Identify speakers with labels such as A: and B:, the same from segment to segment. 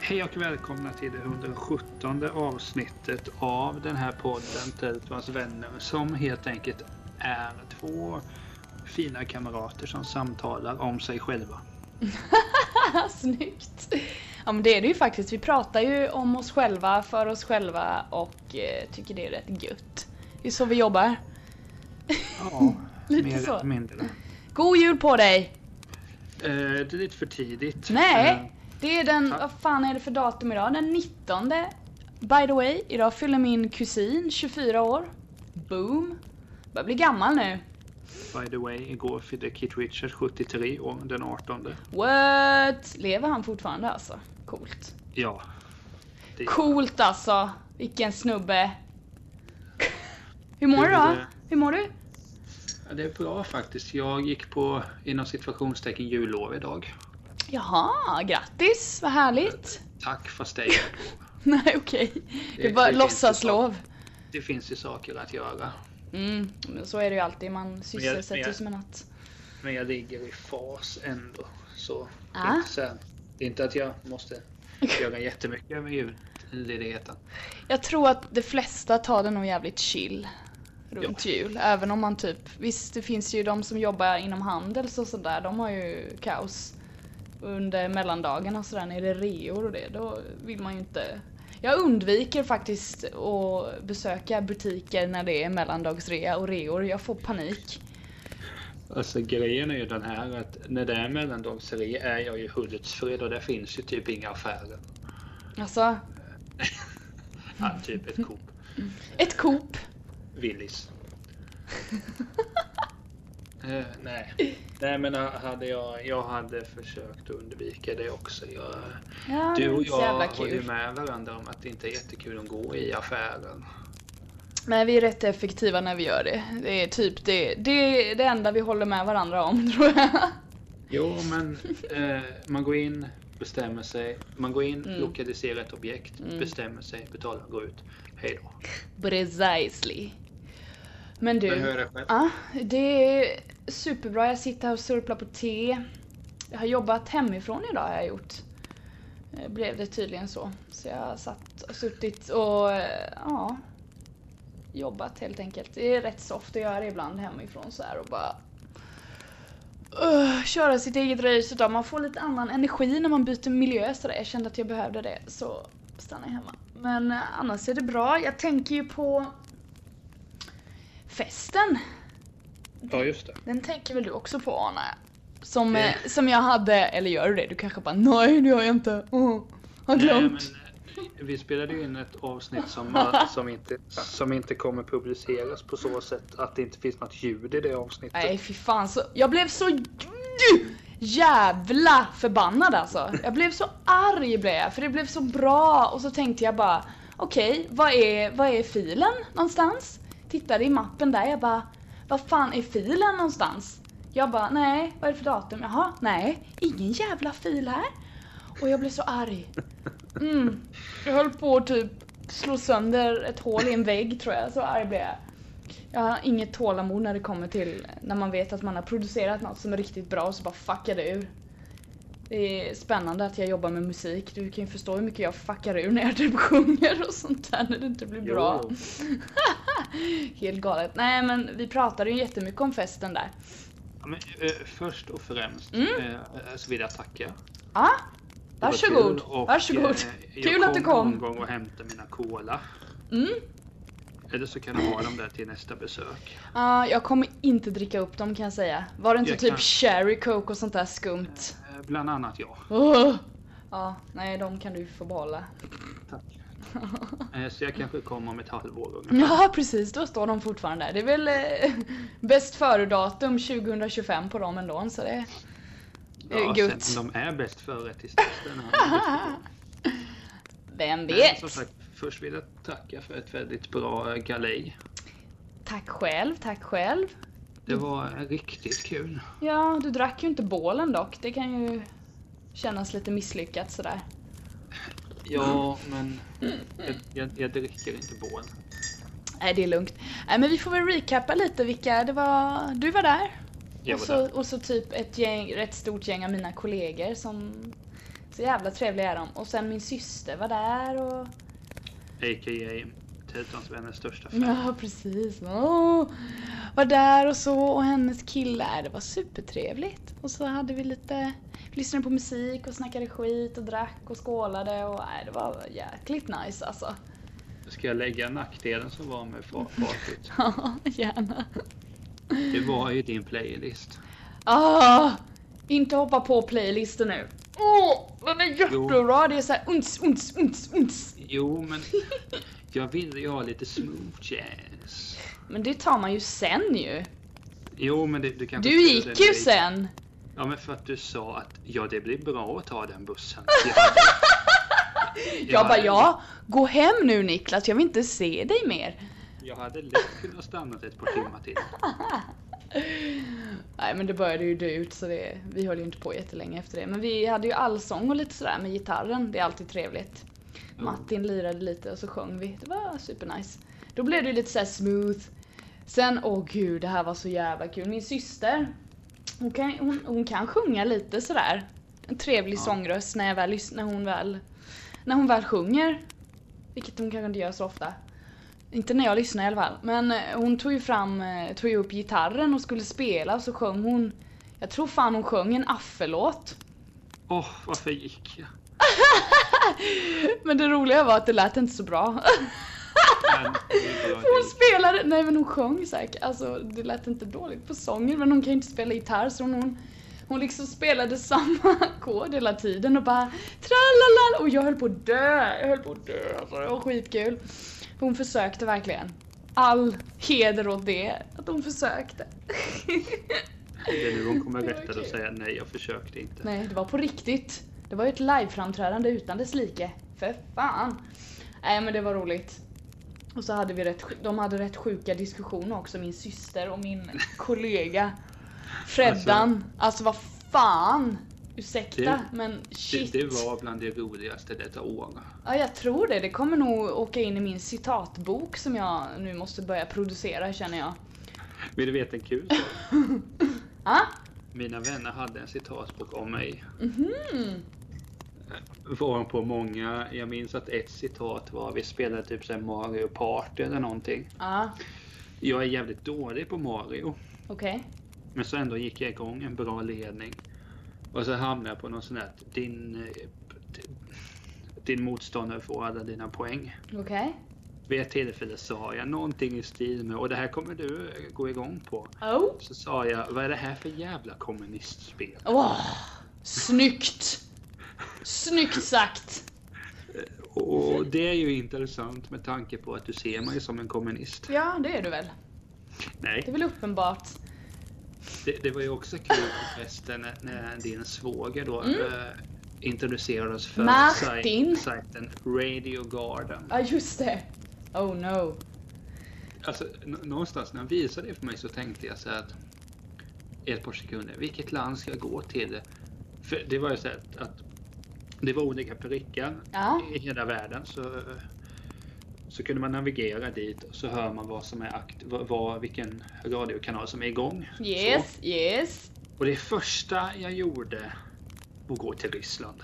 A: Hej och välkomna till det 117 avsnittet av den här podden Teltvans vänner som helt enkelt är två fina kamrater som samtalar om sig själva.
B: Snyggt! Ja men det är det ju faktiskt. Vi pratar ju om oss själva, för oss själva och eh, tycker det är rätt gött. Det är så vi jobbar.
A: Ja,
B: Mm, Lite
A: mer
B: så.
A: eller mindre.
B: God jul på dig!
A: Eh, det är lite för tidigt. Eh,
B: Nej! Det är den,
A: Ja.
B: vad fan är det för datum idag? Den 19. By the way, idag fyller min kusin 24 år. Boom! Börjar bli gammal nu.
A: Eh, by the way, igår fyllde Kit Richards 73 år den 18.
B: What? Lever han fortfarande alltså? Coolt.
A: Ja. Det-
B: Coolt alltså! Vilken snubbe! Hur mår du då?
A: Hur-
B: Hur mår du?
A: Ja, Det är bra faktiskt. Jag gick på inom situationstecken jullov idag.
B: Jaha, grattis, vad härligt!
A: Tack fast det är
B: Nej okej, det
A: Det-
B: är bara
A: det finns
B: låtsaslov.
A: Det finns ju saker att göra.
B: Mm, men så är det ju alltid, man sysselsätter sig
A: jag-
B: som en natt.
A: Men jag ligger i fas ändå. Så det,
B: Ah.
A: är inte så här, det är inte att jag måste göra jättemycket med julledigheten.
B: Jag tror att de flesta tar det nog jävligt chill runt jul, även om man typ, visst det finns ju de som jobbar inom handels och sådär, de har ju kaos under mellandagarna och sådär när det är reor och det, då vill man ju inte jag undviker faktiskt att besöka butiker när det är mellandagsrea och reor. Jag får panik.
A: Alltså grejen är ju den här att när det är mellandagsrea är jag ju i Hultsfred och där finns ju typ inga affärer.
B: Alltså,
A: Ja, typ ett Coop,
B: Ett Coop.
A: Willys. Eh, nej. nej, men eh, hade jag, jag hade försökt undvika det också. Jag,
B: Ja, det
A: Du
B: är
A: och
B: inte så jävla
A: jag håller ju
B: kul.
A: med varandra om att det inte är jättekul att gå i affären.
B: Men vi är rätt effektiva när vi gör det. Det är typ det, det, är det enda vi håller med varandra om tror jag.
A: Jo, men eh, man går in, bestämmer sig. Man går in,
B: Mm.
A: lokaliserar ett objekt,
B: Mm.
A: bestämmer sig, betalar, går ut. Hej då.
B: Precisely. Men du.
A: Men hör jag själv.
B: Ja, det är superbra. Jag sitter här och surplar på te. Jag har jobbat hemifrån idag har jag gjort. Eh, Blev det tydligen så. Så jag har satt och suttit och eh, ja, jobbat helt enkelt. Det är rätt soft att göra ibland hemifrån så här och bara Ugh, köra sitt eget race utan man får lite annan energi när man byter miljö så där. Jag kände att jag behövde det så stannade jag hemma. Men eh, annars är det bra. Jag tänker ju på festen.
A: Ja, just det.
B: Den tänker väl du också på Anna? Som,
A: Det-
B: eh, som jag hade, eller gör du det? Du kanske bara nej det gör jag inte, oh, har glömt.
A: Nej, men, eh, vi spelade ju in ett avsnitt som, eh, som, inte, som inte kommer publiceras på så sätt att det inte finns något ljud i det avsnittet.
B: Nej, fy fan så, jag blev så jävla förbannad alltså. Jag blev så arg blev jag, för det blev så bra och så tänkte jag bara okej, vad, är, vad är filen någonstans? Tittade i mappen där, jag bara vad fan är filen någonstans? Jag bara nej, vad är det för datum? Jaha, nej, ingen jävla fil här. Och jag blev så arg. Mm. Jag höll på att typ slå sönder ett hål i en vägg tror jag, så arg blev jag. Jag har inget tålamod när det kommer till när man vet att man har producerat något som är riktigt bra och så bara fuckar det ur. Det är spännande att jag jobbar med musik. Du kan ju förstå hur mycket jag fuckar ur när jag typ sjunger och sånt där när det inte blir
A: Jo,
B: bra.
A: jo.
B: Helt galet. Nej men vi pratade ju jättemycket om festen där.
A: Ja, men, eh, först och främst
B: Mm.
A: eh, så vill jag tacka.
B: Ja,
A: Det var
B: varsågod.
A: kul och,
B: Varsågod.
A: eh,
B: Kul att du kom.
A: Jag kommer någon gång och hämta mina cola.
B: Mm.
A: Eller så kan du ha dem där till nästa besök.
B: Ja, jag kommer inte dricka upp dem kan jag säga. Var det inte
A: Jag
B: typ
A: kan-
B: cherry coke och sånt där skumt?
A: Eh, Bland annat jag.
B: Åh! Ja, nej de kan du få behålla.
A: Tack. Eh, Så jag kanske kommer om ett halvår ungefär.
B: Ja precis, då står de fortfarande där. Det är väl eh, bäst före-datum 2025 på dem ändå så det... eh,
A: sen
B: gött.
A: om de är bäst före tills dess. den här-
B: Vem
A: Men
B: vet?
A: Som sagt, först vill jag tacka för ett väldigt bra eh, galej.
B: Tack själv, tack själv. Mm.
A: Det var eh, riktigt kul.
B: Ja, du drack ju inte bålen dock. Det kan ju kännas lite misslyckat sådär.
A: Ja, men
B: Mm.
A: jag, jag, jag dricker inte bål.
B: Nej, det är lugnt. Nej, men vi får väl recappa lite vilka det var... Du var där.
A: Jag
B: och,
A: var
B: så,
A: där.
B: och så typ ett gäng, rätt stort gäng av mina kollegor som, Så jävla trevliga är de. Och sen min syster var där och...
A: A.k.a. Tältans vänners största fan.
B: Ja, precis. Åh, var där och så och hennes kille. Äh, Det var supertrevligt. Och så hade vi lite... Lyssnade på musik och snackade skit och drack och skålade och nej, det var jäkligt nice alltså.
A: Ska jag lägga nackdelen som var med fa- facit?
B: Ja, gärna.
A: Det var ju din playlist.
B: Ah, inte hoppa på playlisten nu. Åh, den är jättebra. Det är såhär uns, uns, uns, uns.
A: Jo, men jag ville ju ha lite smooth jazz.
B: Men det tar man ju sen ju.
A: Jo, men det, du kanske...
B: Du
A: den
B: gick ju
A: vägen.
B: sen.
A: Ja, men för att du sa att ja, det blir bra att ta den bussen. Ja,
B: Jag bara ja, gå hem nu Niklas, jag vill inte se dig mer.
A: Jag hade lätt kunnat stannat ett par timmar till.
B: Nej men det började ju dö ut så det, vi höll ju inte på jättelänge efter det. Men vi hade ju allsång och lite sådär med gitarren, det är alltid trevligt. Martin lirade lite och så sjöng vi, det var supernice. Då blev det ju lite såhär smooth. Sen, åh gud det här var så jävla kul. Min syster, hon kan, hon, hon kan sjunga lite sådär. En trevlig
A: Ja.
B: sångröst när, jag väl, lys- när, hon väl, när hon väl sjunger. Vilket hon kanske inte gör så ofta. Inte när jag lyssnar i alla fall. Men eh, hon tog ju fram, eh, tog ju upp gitarren och skulle spela och så sjöng hon, jag tror fan hon sjöng en affelåt.
A: Åh, varför gick jag?
B: Men det roliga var att det lät inte så bra.
A: Men, det är bra
B: Hon
A: det.
B: spelade, nej men hon sjöng säkert, alltså det lät inte dåligt på sången men hon kan ju inte spela gitarr så hon, hon liksom spelade samma ackord hela tiden och bara tralala och jag höll på att dö, jag höll på att dö alltså, det var skitkul. Hon försökte verkligen. All heder åt det, att hon försökte.
A: det är nu hon kommer
B: Det var
A: rätta och
B: kul.
A: säga nej, jag försökte inte.
B: Nej, det var på riktigt. Det var ju ett liveframträdande utan dess like. För fan. Nej men det var roligt. Och så hade vi rätt, sj- de hade rätt sjuka diskussioner också, min syster och min kollega. Freddan. Alltså, vad fan! Ursäkta
A: Det-
B: men
A: Det,
B: shit.
A: det var bland det roligaste detta år.
B: Ja jag tror det, det kommer nog åka in i min citatbok som jag nu måste börja producera känner jag.
A: Vill du veta en kul sak?
B: Ah?
A: Mina vänner hade en citatbok om mig.
B: Mhm.
A: Var på många, jag minns att ett citat var vi spelade typ så här Mario Party eller någonting.
B: Ah,
A: Jag är jävligt dålig på Mario.
B: okej.
A: Men så ändå gick jag igång en bra ledning. Och så hamnade jag på något sånt här att din, eh, p- din motståndare får alla dina poäng.
B: Okej.
A: Vid ett tillfälle sa jag någonting i stil med, och det här kommer du eh, gå igång på.
B: Oh.
A: Så sa jag, vad är det här för jävla kommunistspel?
B: Åh, snyggt! Snyggt sagt!
A: Eh, Och det är ju intressant med tanke på att du ser mig som en kommunist.
B: Ja, det är du väl? Det är
A: Nej,
B: väl uppenbart?
A: det, det var ju också kul förresten när, när din svåger då
B: Mm.
A: eh, introducerade oss för saj-
B: Martin.
A: sajten Radio Garden.
B: Ja, just det! Oh no.
A: Alltså, nå- någonstans när han visade det för mig så tänkte jag så här att i ett par sekunder, vilket land ska jag gå till? För det var ju så här att, att det var olika prickar
B: Ja.
A: i hela världen så, så kunde man navigera dit och så hör man vad som är akt, vad, vad, vilken radiokanal som är igång. Så.
B: Yes, yes.
A: Och det första jag gjorde var att gå till Ryssland.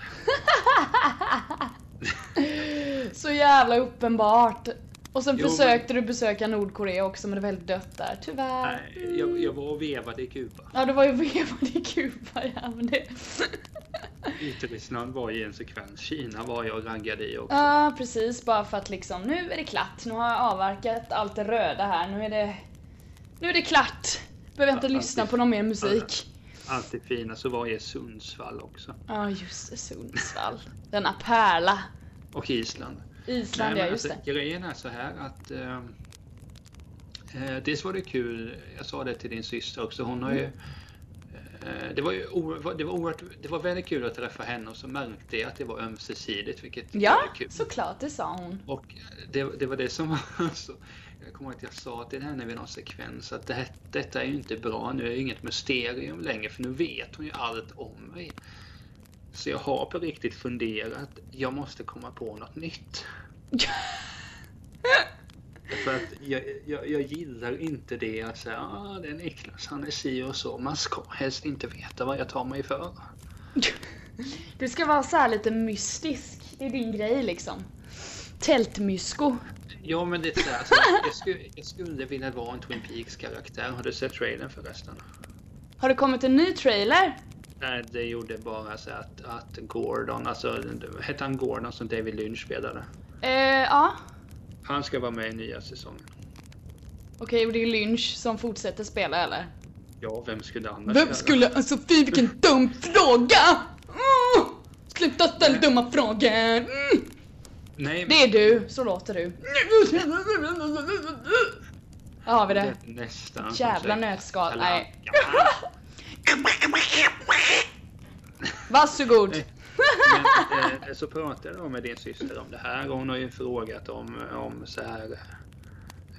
B: Så jävla uppenbart. Och sen
A: Jo, men-
B: försökte du besöka Nordkorea också men det var helt dött där, tyvärr.
A: Nej, Jag, jag var och vevade i Kuba.
B: Ja, det var ju vevad i Kuba, ja men det...
A: Vitryssland var i en sekvens, Kina var jag och raggade i också.
B: Ja, precis. Bara för att liksom, nu är det klart. Nu har jag avverkat allt det röda här. Nu är det... Nu är det klart! Behöver inte
A: Ja,
B: lyssna
A: precis.
B: på någon mer musik.
A: alltid fina så var jag i Sundsvall också.
B: Ja, just det. Sundsvall. Denna pärla.
A: Och Island.
B: Island,
A: men
B: ja just det.
A: alltså, Grejen är så här att eh, eh, Dels var det kul, jag sa det till din syster också, hon har ju
B: Mm.
A: eh, det var, ju o- det, var oerhört, det var väldigt kul att träffa henne och så märkte jag att det var ömsesidigt vilket
B: Ja,
A: var kul.
B: såklart, det sa hon.
A: Och det, det var det som var så. Jag kommer ihåg att jag sa till henne vid någon sekvens att det här, detta är ju inte bra, nu är det inget mysterium längre för nu vet hon ju allt om mig. Så jag har på riktigt funderat, jag måste komma på något nytt. För att jag, jag, jag gillar inte det att säga ah, det är Niklas, han är si och så. Man ska helst inte veta vad jag tar mig för.
B: Du ska vara så här lite mystisk. Det är din grej liksom. Tältmysko.
A: Ja, men det är så här, alltså, jag, skulle, jag skulle vilja vara en Twin Peaks-karaktär. Har du sett trailern förresten?
B: Har det kommit en ny trailer?
A: Nej, det gjorde bara så att, att Gordon, alltså hette han Gordon som David Lynch spelade?
B: Eh, ja.
A: Han ska vara med i nya säsongen.
B: Okej, och det är Lynch som fortsätter spela eller?
A: Ja, vem skulle annars
B: Vem
A: göra?
B: skulle... Sofie, vilken dum fråga! Mm! Sluta ställa dumma frågor! Mm!
A: Nej,
B: Det är du, så låter du. Där har vi det.
A: är nästan. som
B: Jävla
A: sagt.
B: nötskal.
A: Eller-
B: Nej.
A: Ja,
B: Varsågod.
A: men, eh, så pratade jag med din syster om det här och hon har ju frågat om, om så här.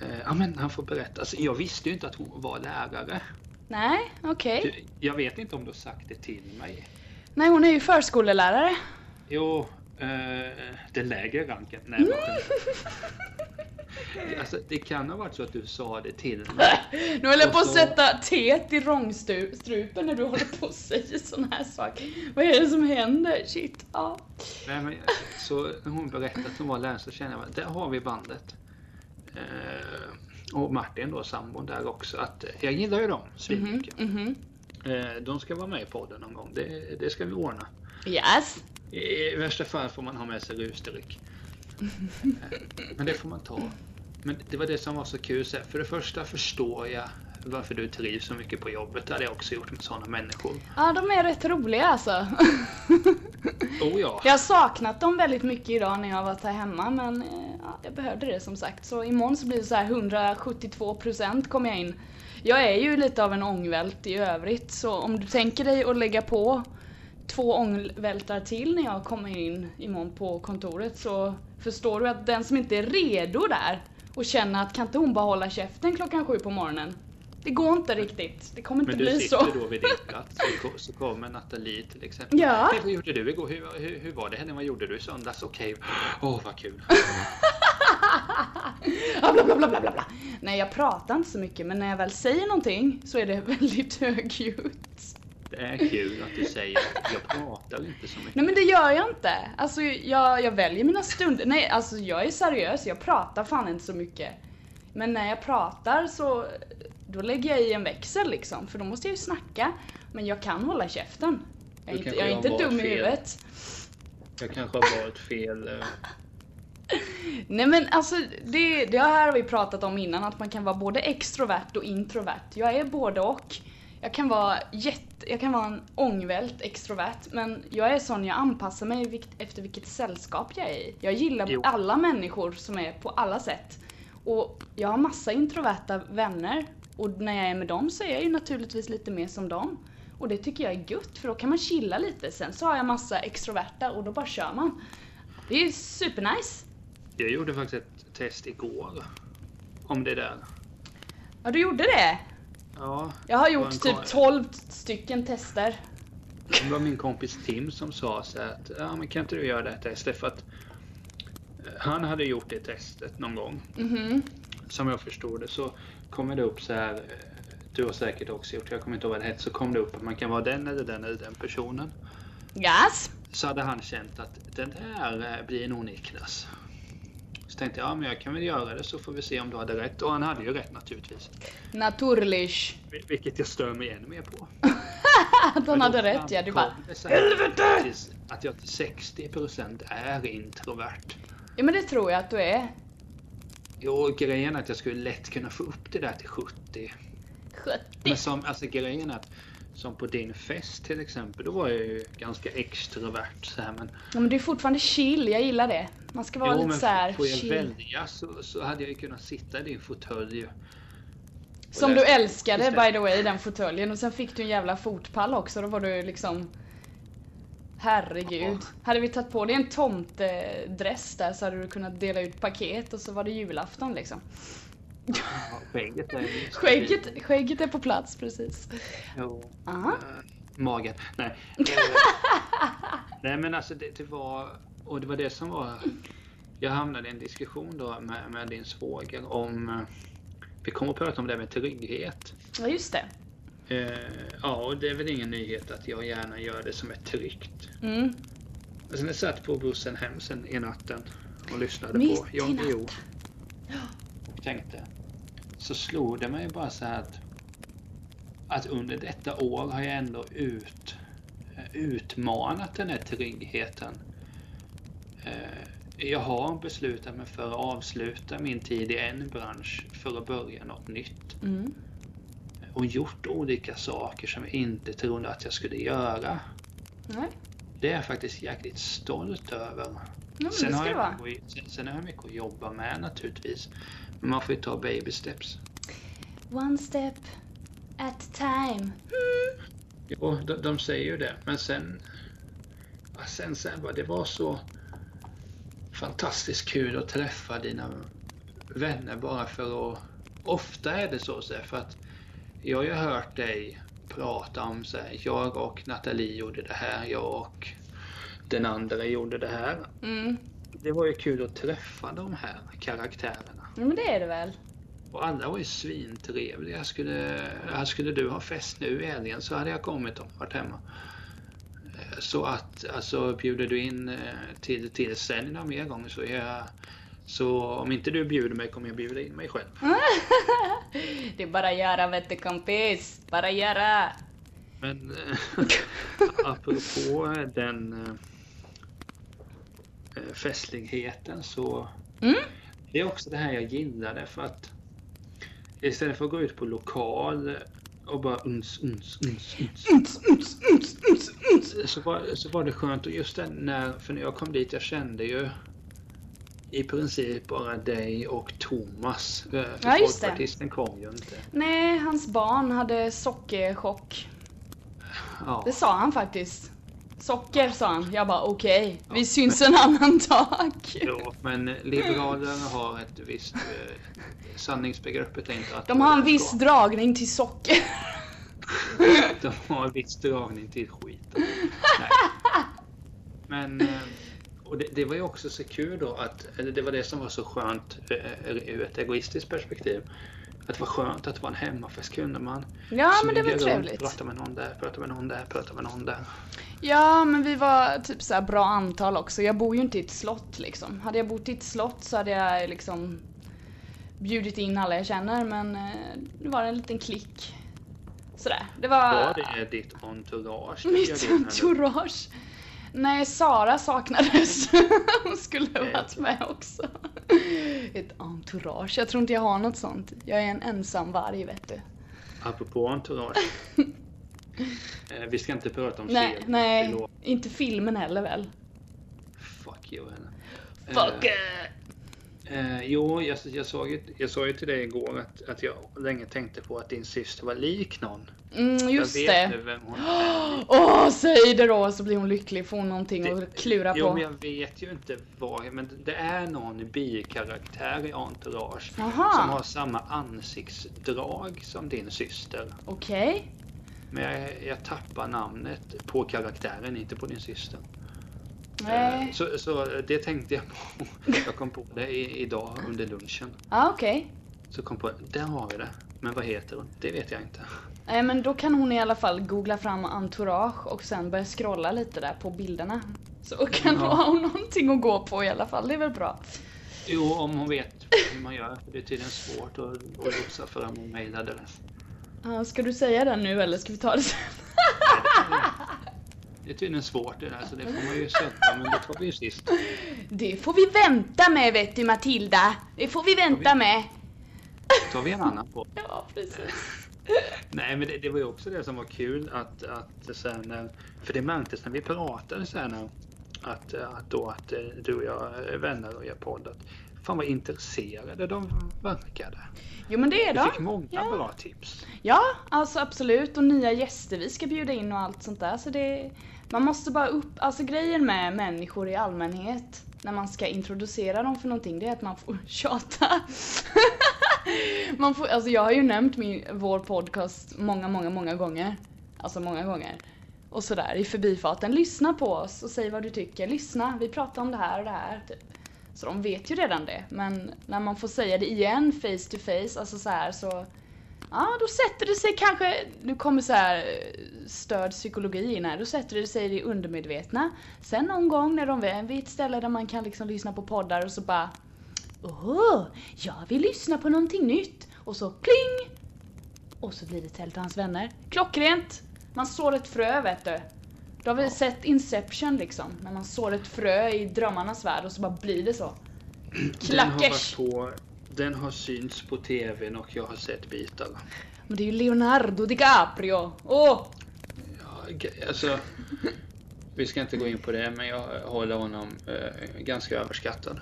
A: eh, Ja men han får berätta. Alltså, jag visste ju inte att hon var lärare.
B: Nej, okej.
A: Du, Jag vet inte om du har sagt det till mig.
B: Nej, hon är ju förskolelärare.
A: Jo, eh, den lägre ranken. Nej, vad skönt. alltså, det kan ha varit så att du sa det till mig.
B: Nu håller jag på
A: Och
B: att
A: så-
B: sätta teet i vrångstrupen när du håller på och säger sån här saker. Vad är det som händer? Shit. Ja.
A: Nej, men, så när hon berättade att hon var lärare så kände jag att där har vi bandet. Eh, och Martin då, sambon där också. Att, eh, jag gillar ju dem svinmycket.
B: Mhm.
A: Eh, de ska vara med i podden någon gång. Det, det ska vi ordna.
B: Yes.
A: I, I värsta fall får man ha med sig rusdryck. Eh, Men det får man ta. Men det var det som var så kul. Så här, för det första förstår jag varför du trivs så mycket på jobbet. Det hade jag också gjort med sådana människor.
B: Ja, de är rätt roliga alltså.
A: Oh ja.
B: Jag har saknat dem väldigt mycket idag när jag har varit här hemma men eh, ja, jag behövde det som sagt. Så imorgon så blir det så här 172% kommer jag in. Jag är ju lite av en ångvält i övrigt så om du tänker dig att lägga på två ångvältar till när jag kommer in imorgon på kontoret så förstår du att den som inte är redo där och känner att kan inte hon bara hålla käften klockan sju på morgonen? Det går inte riktigt. Det kommer inte
A: Men du
B: bli så.
A: sitter då vid din plats så ko- så kommer Nathalie till exempel.
B: Ja.
A: Hej, vad gjorde du igår? Hur, hur, hur var det? Henne, vad gjorde du i söndags? Okej. Åh, vad kul.
B: Ah, bla, bla, bla, bla, bla, bla. Nej jag pratar inte så mycket men när jag väl säger någonting så är det väldigt högljutt.
A: Det är kul att du säger att jag pratar inte så mycket.
B: Nej men det gör jag inte. Alltså jag, jag väljer mina stunder. Nej alltså jag är seriös, jag pratar fan inte så mycket. Men när jag pratar så då lägger jag i en växel liksom för då måste jag ju snacka. Men jag kan hålla käften. Jag
A: Då
B: är inte,
A: kanske
B: jag är
A: jag
B: inte
A: har
B: dum i
A: fel.
B: huvudet.
A: Jag kanske har valt fel. eh,
B: Nej men alltså det, det här har vi pratat om innan att man kan vara både extrovert och introvert. Jag är både och. Jag kan vara jätte, jag kan vara en ångvält extrovert men jag är sån jag anpassar mig vilk- efter vilket sällskap jag är i. Jag gillar
A: Jo.
B: alla människor som är på alla sätt. Och jag har massa introverta vänner och när jag är med dem så är jag ju naturligtvis lite mer som dem. Och det tycker jag är gött för då kan man chilla lite. Sen så har jag massa extroverta och då bara kör man. Det är ju supernice.
A: Jag gjorde faktiskt ett test igår. Om det där.
B: Ja, du gjorde det?
A: Ja,
B: Jag har
A: Vad en
B: gjort typ
A: kar-
B: 12 stycken tester.
A: det var min kompis Tim som sa så här att ja, men kan inte du göra det här testet? För att eh, han hade gjort det testet någon gång.
B: Mhm.
A: som jag förstod det så kommer det upp så här. eh, Du har säkert också gjort, jag kommer inte ihåg vad det hette, så kom det upp att man kan vara den eller den eller den personen.
B: Yes.
A: Så hade han känt att den där eh, blir nog Niklas. Så tänkte jag, ja men jag kan väl göra det så får vi se om du hade rätt. Och han hade ju rätt naturligtvis.
B: Naturlich.
A: Vil- Vilket jag stör mig ännu mer på.
B: Att han
A: Men
B: hade
A: då
B: rätt ja, du
A: framkom
B: bara
A: det så här att till- Att jag till 60% är introvert.
B: Ja men det tror jag att du är.
A: Jo, grejen är att jag skulle lätt kunna få upp det där till 70.
B: 70.
A: Men som, alltså grejen är att som på din fest till exempel, då var jag ju ganska extrovert så här, men,
B: Ja, men du är fortfarande chill, jag gillar det. Man ska vara
A: Jo,
B: lite
A: men
B: så här
A: får jag
B: chill.
A: välja så, så hade jag ju kunnat sitta i din fåtölj. ju.
B: Som
A: Och där-
B: du älskade
A: Just det.
B: by the way, den fåtöljen. Och sen fick du en jävla fotpall också, då var du liksom... Herregud.
A: Ja.
B: Hade vi tagit på dig en tomtedress där så hade du kunnat dela ut paket och så var det julafton liksom.
A: Ja, skägget är ju-
B: Skägget, skägget är på plats precis.
A: Jo. Eh,
B: Aha.
A: magen. Nej. Eh, Nej men alltså det, det var, och det var det som var, jag hamnade i en diskussion då med, med din svåger om, eh, vi kommer att prata om det här med trygghet.
B: Ja just det.
A: Eh, ja, och det är väl ingen nyhet att jag gärna gör det som är tryggt.
B: Mm.
A: Och sen jag satt på bussen hem sen i natten och lyssnade
B: Mitt
A: på
B: i
A: Jan
B: natten.
A: Guillou. Och tänkte. Så slog det mig bara så här att, att under detta år har jag ändå ut, eh, utmanat den här tryggheten. Eh, Jag har beslutat mig för att avsluta min tid i en bransch för att börja något nytt
B: Mm.
A: och gjort olika saker som jag inte trodde att jag skulle göra.
B: Nej.
A: Det är jag faktiskt jäkligt stolt över.
B: Ja, men
A: sen,
B: det
A: har
B: ska
A: jag
B: det vara.
A: mycket, att- sen, sen har jag mycket att jobba med naturligtvis. Men man får ju ta baby steps.
B: One step at a time. Mm.
A: Jo, de, de säger ju det. Men sen... ja, Sen, sen bara, det var så fantastiskt kul att träffa dina vänner bara för att... Ofta är det så, så här, för att jag har ju hört dig prata om så här, jag och Nathalie gjorde det här, jag och den andra gjorde det här.
B: Mm.
A: Det var ju kul att träffa de här karaktärerna.
B: Ja, men det är det väl.
A: Och alla var ju svintrevliga. Skulle, här skulle du ha fest nu i helgen så hade jag kommit och varit hemma. Eh, Så att, alltså bjuder du in eh, till tillställningar mer gånger så är jag... Så om inte du bjuder mig kommer jag bjuda in mig själv.
B: det är bara att göra vet du kompis. Bara göra.
A: Men eh, apropå den eh, eh, festligheten så
B: Mm.
A: Det är också det här jag gillade för att istället för att gå ut på lokal och bara uns, uns, uns, uns, så, var, så var det skönt och just den när, för när jag kom dit jag kände ju i princip bara dig och Thomas. eh, För
B: Ja, just det.
A: folkpartisten kom ju inte.
B: Nej, hans barn hade sockerchock.
A: Ja.
B: Det sa han faktiskt. Socker sa han. Jag bara okej, vi syns en annan dag.
A: Ja, men Liberalerna har ett visst... Eh, sanningsbegreppet är inte att...
B: De har en viss dragning till socker.
A: De har en viss dragning till skit. Nej. Men... eh, Och det, det var ju också så kul då att... Eller det var det som var så skönt eh, ur ett egoistiskt perspektiv. Att det var skönt att det var en hemmafest kunde man.
B: Ja, men det
A: smyga
B: var
A: runt,
B: trevligt.
A: Prata med någon där, prata med någon där, prata med någon där.
B: Ja, men vi var typ så här bra antal också. Jag bor ju inte i ett slott liksom. Hade jag bott i ett slott så hade jag liksom bjudit in alla jag känner, men eh, det var en liten klick. Sådär. Det var...
A: Var det ditt entourage? Det bjöd
B: Mitt
A: in henne.
B: entourage. Nej, Sara saknades. Hon skulle ha
A: Nej.
B: varit med också. Ett entourage. Jag tror inte jag har något sånt. Jag är en ensam varg vet du.
A: Apropå entourage. eh, vi ska inte prata om
B: Nej,
A: serien. Det
B: nej.
A: låter-
B: Inte filmen heller väl?
A: Fuck you henne.
B: Fuck
A: eh,
B: it!
A: eh, Jo, jag, jag, såg, ju- jag sa ju till dig igår att, att jag länge tänkte på att din syster var lik någon.
B: Mm, just
A: jag vet
B: det.
A: nu vem hon är.
B: Åh, säg det då så blir hon lycklig. Får hon någonting att klura
A: Jo, men
B: på.
A: jag vet ju inte vad, men det är någon bikaraktär i Entourage som
B: Jaha,
A: har samma ansiktsdrag som din syster.
B: okej.
A: Men jag, jag tappar namnet på karaktären, inte på din syster. Eh,
B: Nej.
A: Så, så det tänkte jag på. Jag kom på det i, idag under lunchen.
B: Ja, ah, okej.
A: Så kom på, där har vi det. Men vad heter hon? Det vet jag inte.
B: Nej, Eh, men då kan hon i alla fall googla fram entourage och sen börja scrolla lite där på bilderna. Så kan
A: Ja.
B: hon ha någonting att gå på i alla fall, det är väl bra.
A: Jo, om hon vet hur man gör. För det är tydligen svårt att, att lotsa fram en mejladress.
B: Ja, Ah, ska du säga den nu eller ska vi ta det sen?
A: Det är tydligen svårt det där, så det får man ju söka. Men det tar vi ju sist.
B: Det får vi vänta med vet du Matilda! Det får vi vänta med!
A: Det tar vi en annan på.
B: Ja, precis.
A: Nej, men det, det var ju också det som var kul att, att sen, när- för det märktes när vi pratade sen eh, att, eh, att då att eh, du och jag är vänner och gör podd. Att, fan vad intresserade de verkade.
B: Jo men det är
A: Vi
B: de.
A: fick många
B: Ja.
A: bra tips.
B: Ja, alltså absolut. Och nya gäster vi ska bjuda in och allt sånt där. Så det, man måste bara upp... Alltså grejen med människor i allmänhet när man ska introducera dem för någonting, det är att man får tjata. man får, alltså jag har ju nämnt min, vår podcast många, många, många gånger. Alltså många gånger. Och sådär i förbifarten. Lyssna på oss och säg vad du tycker. Lyssna, vi pratar om det här och det här. Typ. Så de vet ju redan det. Men när man får säga det igen face to face, alltså så här så... Ja, då sätter det sig kanske, nu kommer så här eh, störd psykologi in här, då sätter det sig i det undermedvetna. Sen någon gång när de är vid ett ställe där man kan liksom lyssna på poddar och så bara Åh, jag vill lyssna på någonting nytt! Och så pling! Och så blir det Tält och hans vänner. Klockrent! Man sår ett frö vet du. Då har vi sett Inception liksom, när man sår ett frö i drömmarnas värld och så bara blir det så.
A: Den har, varit
B: Klackers!
A: på, den har synts på tvn och jag har sett bitar.
B: Men det är ju Leonardo DiCaprio! Åh!
A: Ja, g- alltså, vi ska inte gå in på det, men jag håller honom eh, ganska överskattad.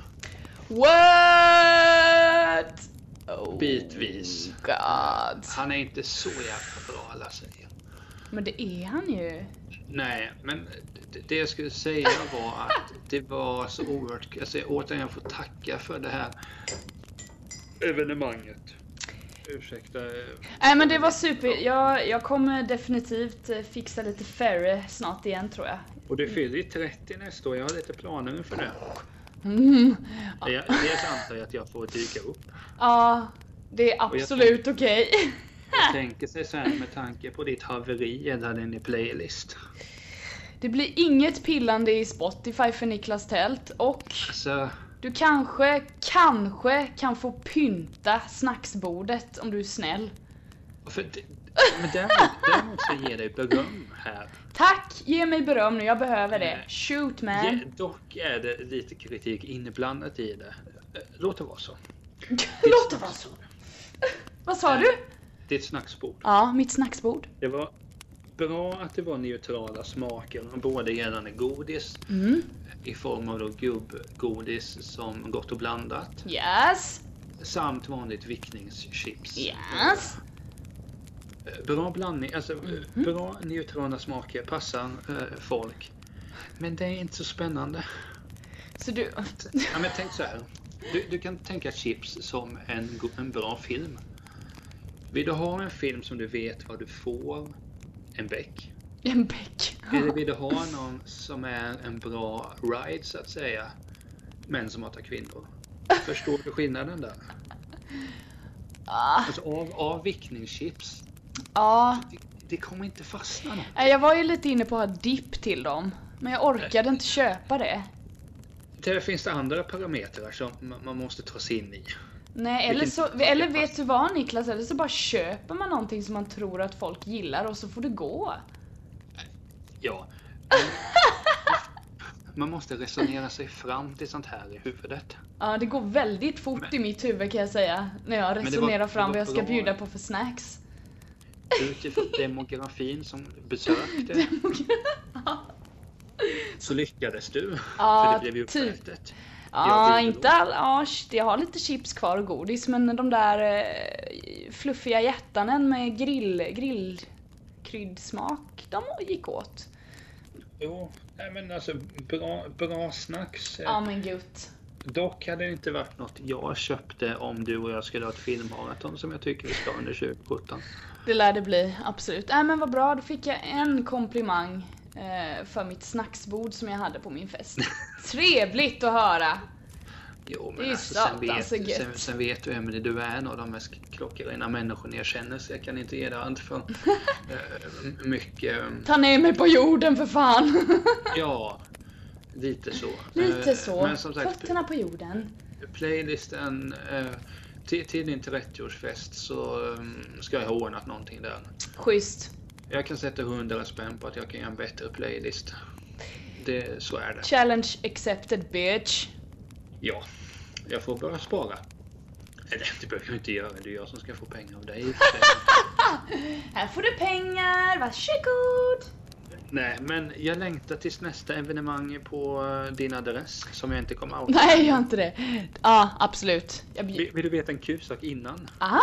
B: What? Oh
A: Bitvis.
B: god.
A: Han är inte så jävla bra alla säger.
B: Men det är han ju.
A: Nej, men det- det jag skulle säga var att det var så oerhört... Alltså, jag återigen, jag får tacka för det här evenemanget. Ursäkta. eh,
B: Nej men det var super. Jag, jag kommer definitivt eh, fixa lite färre snart igen tror jag.
A: Och du fyller ju 30 nästa år. Jag har lite planer inför det.
B: Mm.
A: Jag, dels antar jag att jag får dyka upp.
B: Ja, det är
A: Och jag-
B: absolut okej.
A: Jag tänker sig så här med tanke på ditt haveri eller din playlist.
B: Det blir inget pillande i Spotify för Niklas Tält och
A: Alltså,
B: du kanske, kanske kan få pynta snacksbordet om du är snäll.
A: för det, men däremot, däremot så ger jag dig beröm här.
B: Tack! Ge mig beröm nu, jag behöver det.
A: Nej.
B: Shoot man!
A: Ja, dock är det lite kritik inblandat i det. Eh, Låt det vara så. Låt det vara så.
B: Vad sa du?
A: Ditt snacksbord.
B: Ja, mitt snacksbord.
A: Det var bra att det var neutrala smaker, både gällande godis
B: Mm.
A: i form av då gubbgodis som Gott och blandat
B: Yes.
A: samt vanligt vickningschips.
B: Yes.
A: Eh, Bra blandning, alltså eh, bra neutrala smaker, passar eh, folk. Men det är inte så spännande.
B: Så du...
A: Ja, men tänk så här. Du, du kan tänka chips som en, go- en bra film. Vill du ha en film som du vet vad du får? En bäck.
B: En bäck.
A: Eller vill du ha någon som är en bra ride så att säga? Men som hatar kvinnor. Förstår du skillnaden där?
B: Ah,
A: Alltså av, av vickningschips,
B: Ja.
A: det, det kommer inte fastna någon.
B: Nej, Jag var ju lite inne på att ha dipp till dem. Men jag orkade inte köpa det.
A: Där finns det andra parametrar som ma- man måste ta sig in i.
B: Nej, eller, så, eller vet du vad Niklas? Eller så bara köper man någonting som man tror att folk gillar och så får det gå.
A: Ja. Man måste resonera sig fram till sånt här i huvudet.
B: Ja, det går väldigt fort i mitt huvud kan jag säga. När jag
A: var-
B: resonerar fram
A: det var
B: vad jag ska
A: bra.
B: bjuda på för snacks.
A: Utifrån demografin som besökte så lyckades du.
B: Ja,
A: för det blev ju
B: typ.
A: uppätet.
B: Ja,
A: Jag bjuder
B: Ah, inte all, ja, sh- jag har lite chips kvar och godis men de där eh, fluffiga hjärtanen med grill, grillkryddsmak, de gick åt.
A: Jo, nej men alltså bra, bra snacks.
B: Ja men gud.
A: Dock hade det inte varit något jag köpte om du och jag skulle ha ett filmmaraton som jag tycker vi ska ha under 2017.
B: Det lär det bli, absolut. Nej men vad bra, då fick jag en komplimang eh, för mitt snacksbord som jag hade på min fest. Trevligt att höra!
A: Jo,
B: Det är
A: men alltså,
B: sant,
A: sen, vet,
B: alltså, gött.
A: sen, sen vet du Emelie, du är en av de mest klockrena människorna jag känner så jag kan inte ge dig allt för eh, mycket. eh,
B: Ta ner mig på jorden för fan!
A: Ja, lite så.
B: Lite
A: Eh,
B: så,
A: Men som sagt,
B: fötterna på jorden.
A: playlisten eh, till, till din 30-årsfest så eh, ska jag ha ordnat någonting där.
B: Schysst.
A: Jag kan sätta 100 spänn på att jag kan göra en bättre playlist. Det, så är det.
B: Challenge accepted bitch.
A: Ja, jag får börja spara. Eller det behöver jag inte göra, det är jag som ska få pengar av dig.
B: Här får du pengar, varsågod!
A: Nej, men jag längtar tills nästa evenemang på eh, din adress som jag inte kommer outa.
B: Nej, gör inte det. Ja, absolut. Jag Ah, bjud...
A: Vill, vill du veta en kul sak innan?
B: Aha,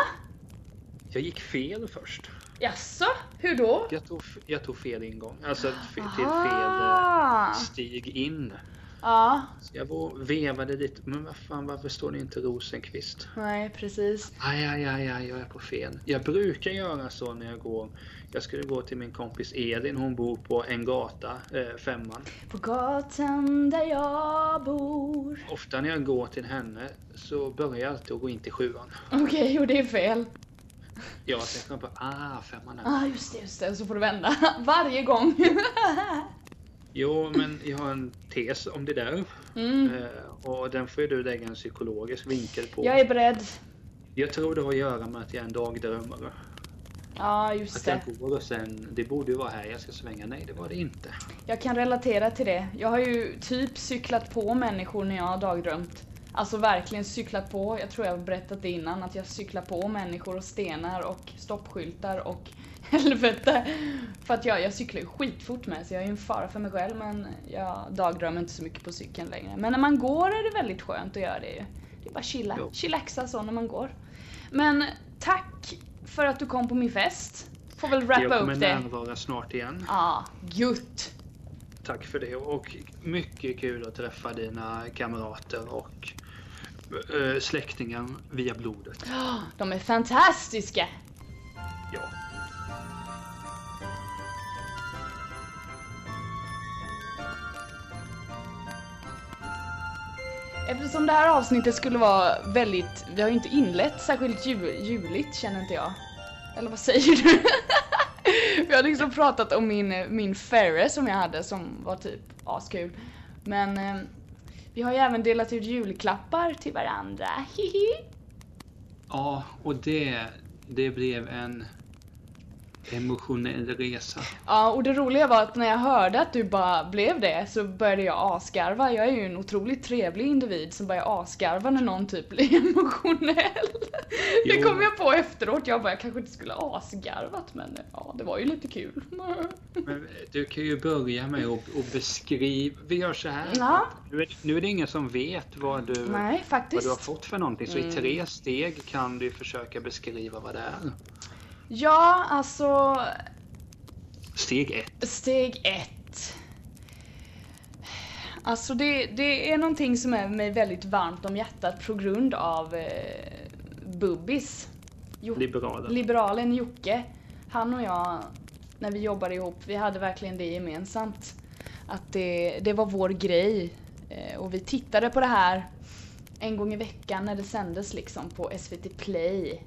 A: Jag gick fel först.
B: jaså? Hur då?
A: Jag tog, jag tog fel ingång, alltså f- till fel eh,
B: Aha.
A: stig in.
B: Ja,
A: Så jag var, vevade lite, men vad fan varför står det inte Rosenqvist?
B: nej precis.
A: Aj, aj, aj, aj, jag är på fel. Jag brukar göra så när jag går. Jag skulle gå till min kompis Elin, hon bor på en gata, eh, femman.
B: På gatan där jag bor.
A: Ofta när jag går till henne så börjar jag alltid att gå in till sjuan.
B: Okej, och det är fel.
A: Jag tänkte på, ah, femman här.
B: Ah, just det, just det. Så får du vända varje gång.
A: Jo, men jag har en tes om det där.
B: Mm.
A: Eh, Och den får ju du lägga en psykologisk vinkel på.
B: Jag är beredd.
A: Jag tror det har att göra med att jag är en dagdrömmare.
B: Ja,
A: Att
B: just det.
A: jag går och sen, det borde ju vara här jag ska svänga. Nej, det var det inte.
B: Jag kan relatera till det. Jag har ju typ cyklat på människor när jag har dagdrömt. Alltså verkligen cyklat på. Jag tror jag har berättat det innan att jag cyklar på människor och stenar och stoppskyltar och helvete. För att jag, jag cyklar ju skitfort med så jag är ju en fara för mig själv men jag dagdrömmer inte så mycket på cykeln längre. Men när man går är det väldigt skönt att göra det ju. Det är bara chilla.
A: Jo.
B: Chillaxa så när man går. Men tack för att du kom på min fest. Får väl wrappa
A: jag kommer
B: upp det.
A: närvara snart igen.
B: Ja, gutt.
A: Tack för det och mycket kul att träffa dina kamrater och eh, släktingar via blodet.
B: De är fantastiska!
A: Ja.
B: Eftersom det här avsnittet skulle vara väldigt, vi har ju inte inlett särskilt ju, juligt känner inte jag. Eller vad säger du? vi har liksom pratat om min, min Ferre som jag hade som var typ askul. Men eh, vi har ju även delat ut julklappar till varandra. Hihi!
A: Ja, och det, det blev en emotionell resa.
B: Ja, och det roliga var att när jag hörde att du bara blev det så började jag asgarva. Jag är ju en otroligt trevlig individ som börjar asgarva när någon typ blir emotionell. Det
A: Jo.
B: kom jag på efteråt. Jag bara, jag kanske inte skulle ha asgarvat men ja, det var ju lite kul.
A: Men du kan ju börja med att att beskriva. Vi gör så här.
B: Ja.
A: Nu, är, nu är det ingen som vet vad du,
B: Nej, Mm.
A: vad du har
B: faktiskt.
A: fått för någonting. Så i tre steg kan du försöka beskriva vad det är.
B: Ja, alltså
A: Steg ett.
B: Steg ett. Alltså det, det är någonting som är mig väldigt varmt om hjärtat på grund av eh, Bubbis. Jo-
A: Liberalen.
B: Liberalen Jocke. Han och jag, när vi jobbade ihop, vi hade verkligen det gemensamt. Att det, det var vår grej. Eh, och vi tittade på det här en gång i veckan när det sändes liksom på SVT Play.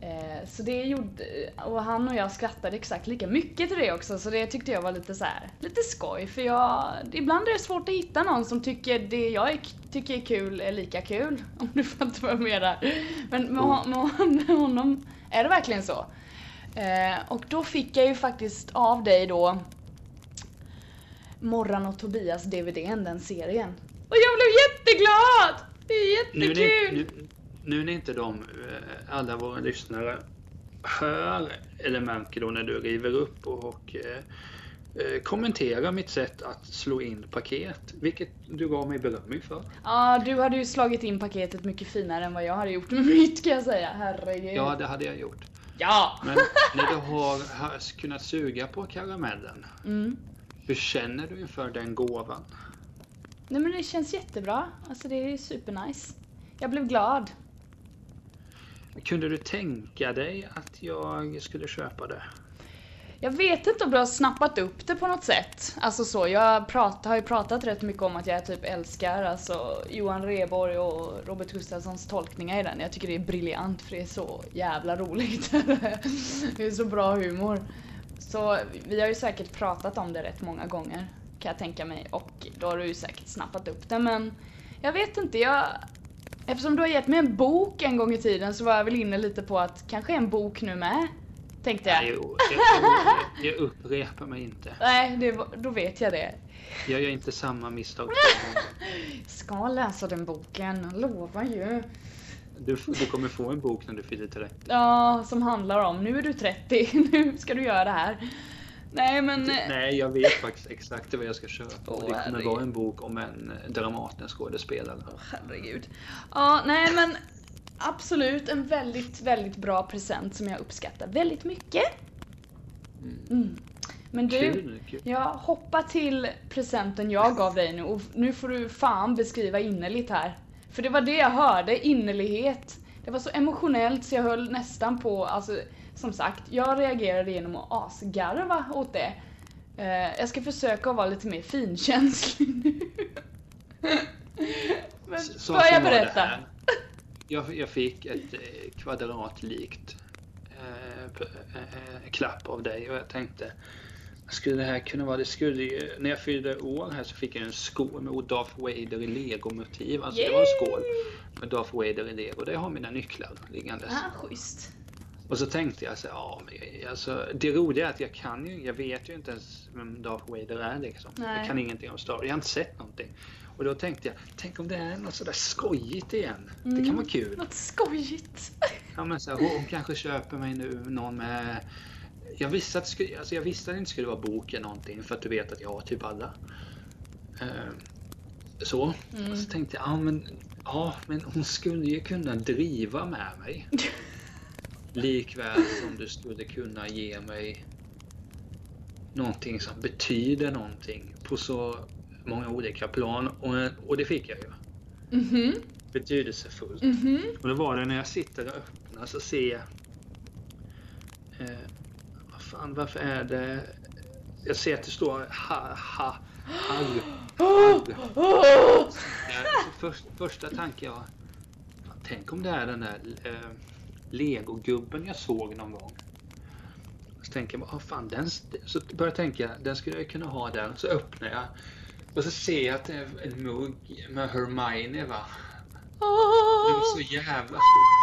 B: Eh, Så det gjorde, och han och jag skrattade exakt lika mycket till det också så det tyckte jag var lite så här, lite skoj för jag, ibland är det svårt att hitta någon som tycker det jag är, tycker är kul är lika kul. Om du fattar vad jag menar. Men med, hon- med hon- med honom är det verkligen så. Eh, Och då fick jag ju faktiskt av dig då Morran och Tobias DVDn, den serien. Och jag blev jätteglad! Det är
A: Nu
B: jättekul!
A: när, nu, nu när inte de, eh, alla våra lyssnare, hör eller märker då när du river upp och, och eh, eh, kommenterar mitt sätt att slå in paket, vilket du gav mig beröm för.
B: Ja, du hade ju slagit in paketet mycket finare än vad jag hade gjort med mitt kan jag säga. Herregud.
A: Ja, det hade jag gjort.
B: Ja.
A: Men när du har, har kunnat suga på karamellen,
B: Mm.
A: hur känner du inför den gåvan?
B: Nej men det känns jättebra. Alltså det är supernice. Jag blev glad.
A: Kunde du tänka dig att jag skulle köpa det?
B: Jag vet inte om du har snappat upp det på något sätt. Alltså så, jag prat, har ju pratat rätt mycket om att jag typ älskar alltså Johan Rheborg och Robert Gustafssons tolkningar i den. Jag tycker det är briljant för det är så jävla roligt. det är så bra humor. Så vi har ju säkert pratat om det rätt många gånger kan jag tänka mig och då har du ju säkert snappat upp det men jag vet inte, jag... Eftersom du har gett mig en bok en gång i tiden så var jag väl inne lite på att kanske en bok nu med. Tänkte jag.
A: Nej, jag, jag, jag upprepar mig inte.
B: Nej, det var, då vet jag det.
A: Jag gör inte samma misstag. två gånger.
B: Ska läsa den boken, lovar ju.
A: Du, du kommer få en bok när du fyller 30.
B: Ja, som handlar om nu är du 30, nu ska du göra det här. Nej men... eh,
A: Nej, jag vet faktiskt exakt vad jag ska köpa.
B: Åh,
A: och det kommer
B: herregud.
A: vara en bok om en eh, Dramaten-skådespelare.
B: Åh, herregud. Ja, nej men absolut en väldigt, väldigt bra present som jag uppskattar väldigt mycket. Mm. Men du,
A: Kul, kul!
B: jag hoppar till presenten jag gav dig nu och nu får du fan beskriva innerligt här. För det var det jag hörde, innerlighet. Det var så emotionellt så jag höll nästan på, alltså som sagt, jag reagerade genom att asgarva åt det. Eh, jag ska försöka att vara lite mer finkänslig nu. Men
A: S- saken
B: börja
A: var det
B: berätta.
A: här. Jag, jag fick ett eh, kvadratlikt eh, p- eh, klapp av dig och jag tänkte skulle det här kunna vara, det skulle ju, när jag fyllde år här så fick jag en skål med Darth Vader i legomotiv. Alltså det var en skål med Darth Vader i lego. Där har mina nycklar liggandes.
B: Ah, schysst.
A: Och så tänkte jag så här, ja, men jag- alltså, det roliga är att jag kan ju, jag vet ju inte ens vem Darth Vader är liksom.
B: Nej.
A: Jag kan ingenting om Star Wars, jag har inte sett någonting. Och då tänkte jag, tänk om det är något sådär skojigt igen. Det kan vara kul.
B: Något skojigt.
A: Ja, men så här, hon kanske köper mig nu någon med... Jag visste att det, skulle, alltså jag visste att det inte skulle vara bok eller någonting för att du vet att jag har typ alla. Ehm, så. Och så tänkte jag, ja men, ja men hon skulle ju kunna driva med mig. Likväl som du skulle kunna ge mig någonting som betyder någonting på så många olika plan. Och, och det fick jag ju.
B: Mhm,
A: Betydelsefullt.
B: mhm.
A: Och då var det när jag sitter och öppnar så ser jag... Eh, vad fan, varför är det... Jag ser att det står ha, ha, harr.
B: Åh, åh.
A: Eh, så först, första tanken jag... Fan, tänk om det är den där eh, legogubben jag såg någon gång. Så tänker jag, bara, ah, fan, den, st- så börjar jag tänka, den skulle jag kunna ha där. Så öppnar jag. Och så ser jag att det är en mugg med Hermione va. Det
B: Åh.
A: var så jävla stort.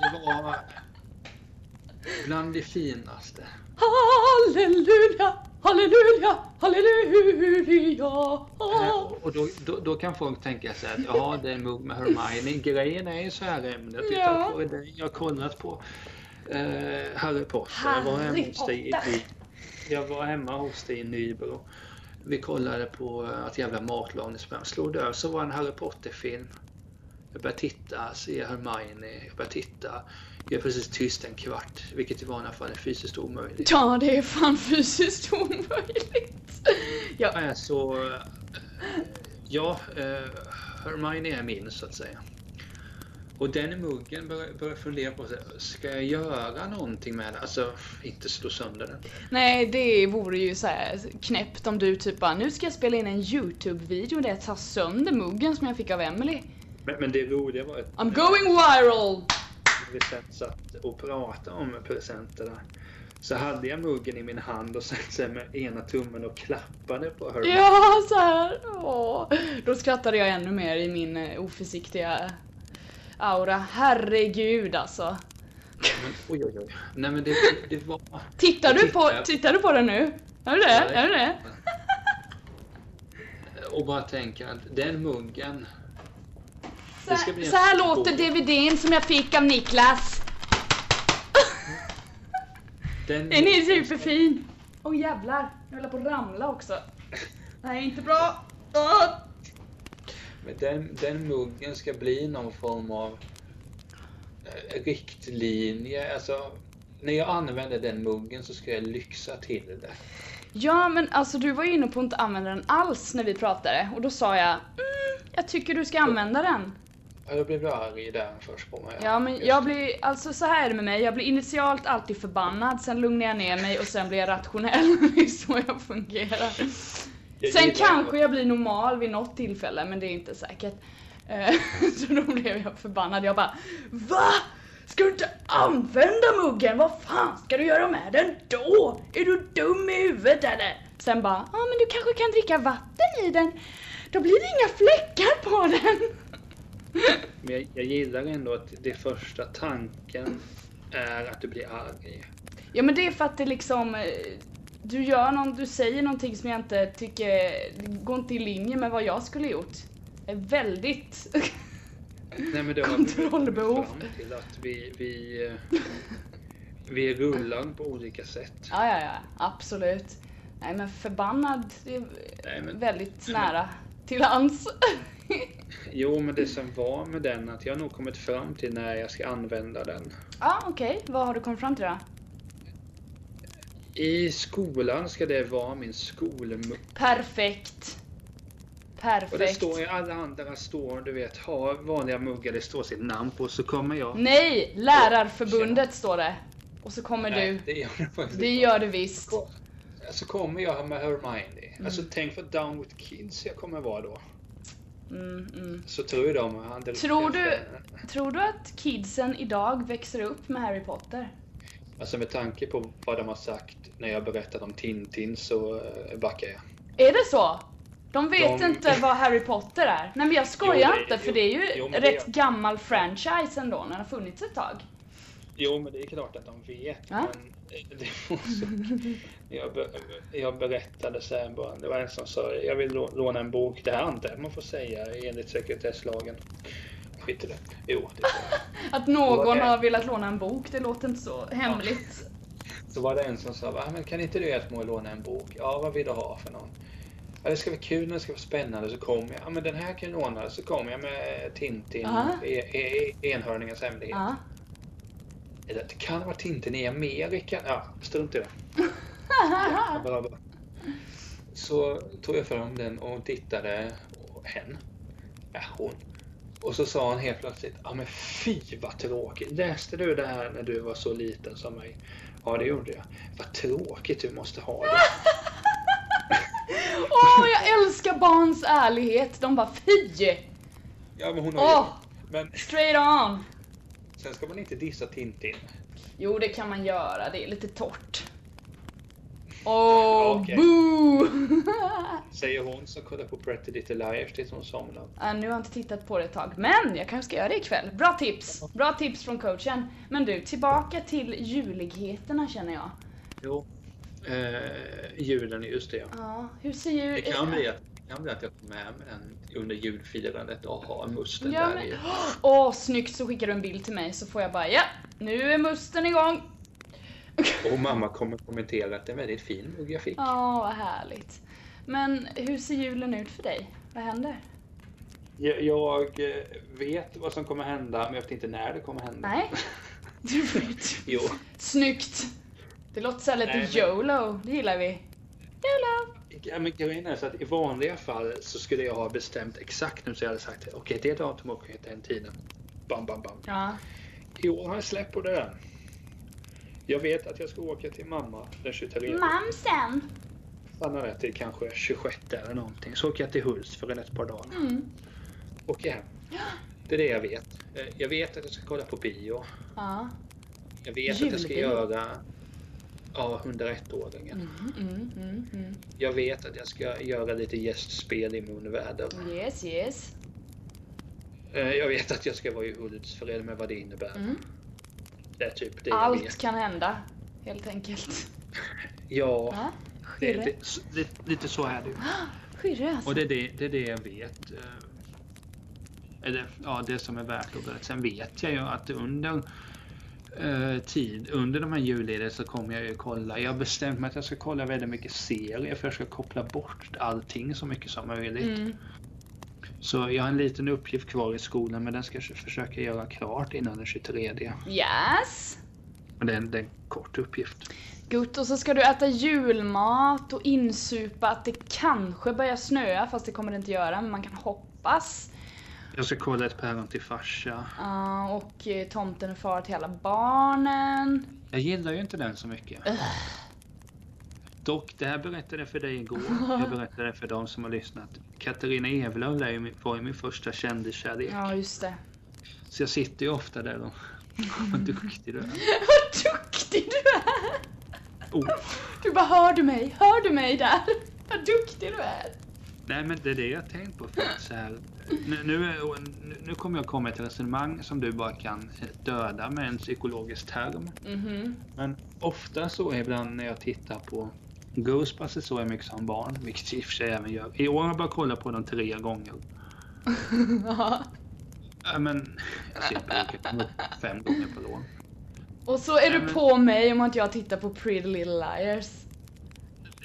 A: Det var bland det finaste.
B: Halleluja, halleluja, halleluja.
A: Eh, Och då, då, då kan folk tänka sig att ja, det är en mugg med Hermione. Grejen är ju så här ämnet.
B: Ja.
A: Ja. På det jag har kollat på eh, Harry Potter. jag, var hemma
B: Harry
A: hos dig i,
B: Potter.
A: i, jag var hemma hos dig i Nybro. Vi kollade på eh, att jävla matlagningsprogram. Slog det över så var det en Harry Potter-film. Jag började titta, se Hermione. Jag började titta. Jag är precis tyst en kvart, vilket i vanliga fall är fysiskt omöjligt.
B: Ja, det är fan fysiskt omöjligt. Ja,
A: Eh, Så eh, ja, eh, Hermione är min så att säga. Och den muggen bör- börjar fundera på, så här, ska jag göra någonting med den? Alltså, inte slå sönder den.
B: nej det vore ju så här knäppt om du typ bara nu ska jag spela in en YouTube-video där jag tar sönder muggen som jag fick av Emily.
A: Men, men det roliga var att
B: I'm going viral!
A: vi sen satt och pratade om presenterna. Så hade jag muggen i min hand och sen så här med ena tummen och klappade på Hermione.
B: Ja, så här. Åh. Då skrattade jag ännu mer i min eh, oförsiktiga aura. Herregud alltså.
A: Men, oj, oj, oj. Nej men det, det var...
B: Tittar du, på,
A: Tittar.
B: tittar du på den nu? Är du det? Är du det?
A: Och bara tänka att den muggen
B: Så,
A: ska bli en
B: så här
A: stor-
B: låter DVDn som jag fick av Niklas.
A: Den
B: Den är typ- superfin. Åh jävlar, jag höll på att ramla också. Det här är inte bra. Åh.
A: Men den, den muggen ska bli någon form av eh, riktlinje. Alltså, när jag använder den muggen så ska jag lyxa till det.
B: Ja men alltså du var ju inne på att inte använda den alls när vi pratade och då sa jag mm, jag tycker du ska använda den.
A: Ja, Jag blev arg där först på mig.
B: Ja men jag blir, alltså så här är det med mig, jag blir initialt alltid förbannad, sen lugnar jag ner mig och sen blir jag rationell. Det är så jag fungerar.
A: Jag
B: Sen
A: gillar-
B: kanske jag blir normal vid något tillfälle men det är inte säkert. Eh, Så då blev jag förbannad, jag bara VA? Ska du inte använda muggen? Vad fan ska du göra med den då? Är du dum i huvudet eller? Sen bara, ja ah, men du kanske kan dricka vatten i den? Då blir det inga fläckar på den!
A: Men jag, jag gillar ändå att det första tanken är att du blir arg.
B: Ja men det är för att det liksom eh, du, gör någon, du säger någonting som jag inte tycker det går inte i linje med vad jag skulle gjort. Jag är väldigt...
A: Nej, men det har vi kommit
B: Kontrollbehov.
A: fram till att vi, vi, eh, vi rullar på olika sätt.
B: ja, ja, ja. Absolut. Nej men förbannad, det är
A: Nej, men- Mm.
B: väldigt
A: nej, men-
B: nära till hans.
A: Jo, men det som var med den att jag har nog kommit fram till när jag ska använda den.
B: ja okej, vad har du kommit fram till då?
A: I skolan ska det vara min skolmugg.
B: Perfekt. Perfekt.
A: Och det står i alla andra står, du vet, ha vanliga muggar, det står sitt namn på. Så kommer jag.
B: Nej! Lärarförbundet står det. Och så kommer
A: Nej,
B: du.
A: det gör det faktiskt
B: Det
A: inte.
B: gör du visst.
A: Ko-
B: Mm.
A: Alltså, Så kommer jag med Hermione. Alltså tänk vad down with kids jag kommer vara då.
B: Mm, mm.
A: Så tror ju de att han
B: Tror du- Tror du att kidsen idag växer upp med Harry Potter?
A: Alltså med tanke på vad de har sagt när jag berättat om Tintin så eh, backar jag.
B: Är det så? De vet
A: De-
B: inte vad Harry Potter är. Nej men jag skojar
A: Jo, det-
B: inte för
A: jo,
B: det är ju
A: jo, men det-
B: rätt gammal franchise ändå när den har funnits ett tag.
A: Jo, men det är klart att de vet.
B: Ja.
A: Men eh, det var så... jag, be... jag berättade så här bara. Det var en som sa jag vill lå- låna en bok. Det här antar jag att man får säga enligt sekretesslagen. Skit i det. Jo, det får jag.
B: Att någon
A: Okej.
B: har velat låna en bok, det låter inte så hemligt.
A: Så var det en som sa, "Va, men kan inte du hjälpa mig att låna en bok? Ja, vad vill du ha för någon? Ja, det ska vara kul, det ska vara spännande, så kommer jag. Ja, men den här kan jag låna. Så kommer jag med Tintin,
B: Ja.
A: e- e- e- Enhörningens hemlighet.
B: Ja.
A: Eller det kan vara Tintin i Amerika. Ja, strunt i det. Ja, bra, bra. Så tog jag fram den och tittade. Och hen. Ja, hon. Och så sa hon helt plötsligt. Ja men fy vad tråkigt. Läste du det här när du var så liten som mig? Ja det gjorde jag. Vad tråkigt du måste ha det.
B: Åh, jag älskar barns ärlighet. De bara fy!
A: Ja men hon har
B: Åh,
A: Men
B: straight on!
A: sen ska man inte dissa Tintin.
B: Jo, det kan man göra. Det är lite torrt.
A: Ja,
B: Åh,
A: okej.
B: boo!
A: Säger hon som kollar på Pretty Little Liars tills hon somnar.
B: Ah, nu har jag inte tittat på det ett tag, men jag kanske ska göra det ikväll. Bra tips! Bra tips från coachen. Men du, tillbaka till juligheterna känner jag.
A: Jo. Eh, julen, just det ja.
B: Ja, hur ser ju...
A: Det kan bli att, det kan bli att jag tar med mig den under julfirandet och har musten
B: Ja,
A: där
B: men-
A: i.
B: Åh, snyggt! Så skickar du en bild till mig så får jag bara ja, nu är musten igång!
A: Och mamma kommer kommentera att det är en väldigt fin mugg jag fick.
B: Ja, vad härligt. Men hur ser julen ut för dig? Vad händer?
A: Jag, jag, eh, vet vad som kommer hända, men jag vet inte när det kommer hända.
B: Nej. Du vet.
A: Jo.
B: Snyggt! Det låter såhär lite
A: Nej, men-
B: YOLO, det gillar vi. YOLO!
A: Ja, men grejen är så att i vanliga fall så skulle jag ha bestämt exakt nu så jag hade sagt okej, det är datum och den tiden. Bam, bam, bam.
B: Ja.
A: I år har jag släppt på det där. Jag vet att jag ska åka till mamma den 23.
B: Mamsen!
A: Stannar där till kanske 26 eller någonting. Så åker jag till Hultsfred ett par dagar.
B: Mm.
A: åker hem. Det är det jag vet. Eh, Jag vet att jag ska kolla på bio.
B: Ja.
A: Jag vet att jag ska
B: Julbio.
A: göra ja, 101-åringen.
B: Mm, mm, mm, mm.
A: Jag vet att jag ska göra lite gästspel i munväder.
B: Oh, Yes, yes.
A: Eh, Jag vet att jag ska vara i Hultsfred med vad det innebär.
B: Mm.
A: Det är typ det jag
B: Allt
A: vet.
B: kan hända, helt enkelt.
A: Ja,
B: Ja.
A: det är
B: Skirre.
A: lite, s- lite- lite så är det ju.
B: Skirre alltså.
A: Och det är det, det är det jag vet. eh, Eller ja, det som är värt att berätta. Sen vet jag ju att under eh, tid, under de här jullediga så kommer jag ju kolla. Jag har bestämt mig att jag ska kolla väldigt mycket serier för jag ska koppla bort allting så mycket som möjligt.
B: Mm.
A: Så jag har en liten uppgift kvar i skolan men den ska jag försöka göra klart innan den 23.
B: Yes!
A: Men det är en, det är en kort uppgift.
B: Gutt, och så ska du äta julmat och insupa att det kanske börjar snöa, fast det kommer det inte göra, men man kan hoppas.
A: Jag ska kolla ett päron till farsa.
B: Ja, och eh, tomten är far till alla barnen.
A: Jag gillar ju inte den så mycket. Dock, det här berättade jag för dig igår. Jag berättade det för de som har lyssnat. Katarina Evelöv är ju min- var ju min första kändiskärlek.
B: Ja, just det.
A: Så jag sitter ju ofta där och... Vad duktig du är.
B: Vad duktig du är!
A: Oh.
B: Du bara, hör du mig? Hör du mig där? Vad duktig du är!
A: Nej men det är det jag har tänkt på. För att så här, nu, nu, är- nu, nu kommer jag komma med ett resonemang som du bara kan eh, döda med en psykologisk term.
B: Mhm.
A: Men ofta så är ibland när jag tittar på Ghostbusters så är mycket som barn, vilket jag i och för sig även gör. I år har jag bara kollat på den tre gånger.
B: Ja.
A: Ja, men typ jag ser bruket fem gånger per år.
B: och så är
A: Nej,
B: du
A: men-
B: på mig om att jag tittar på Pretty Little Liars.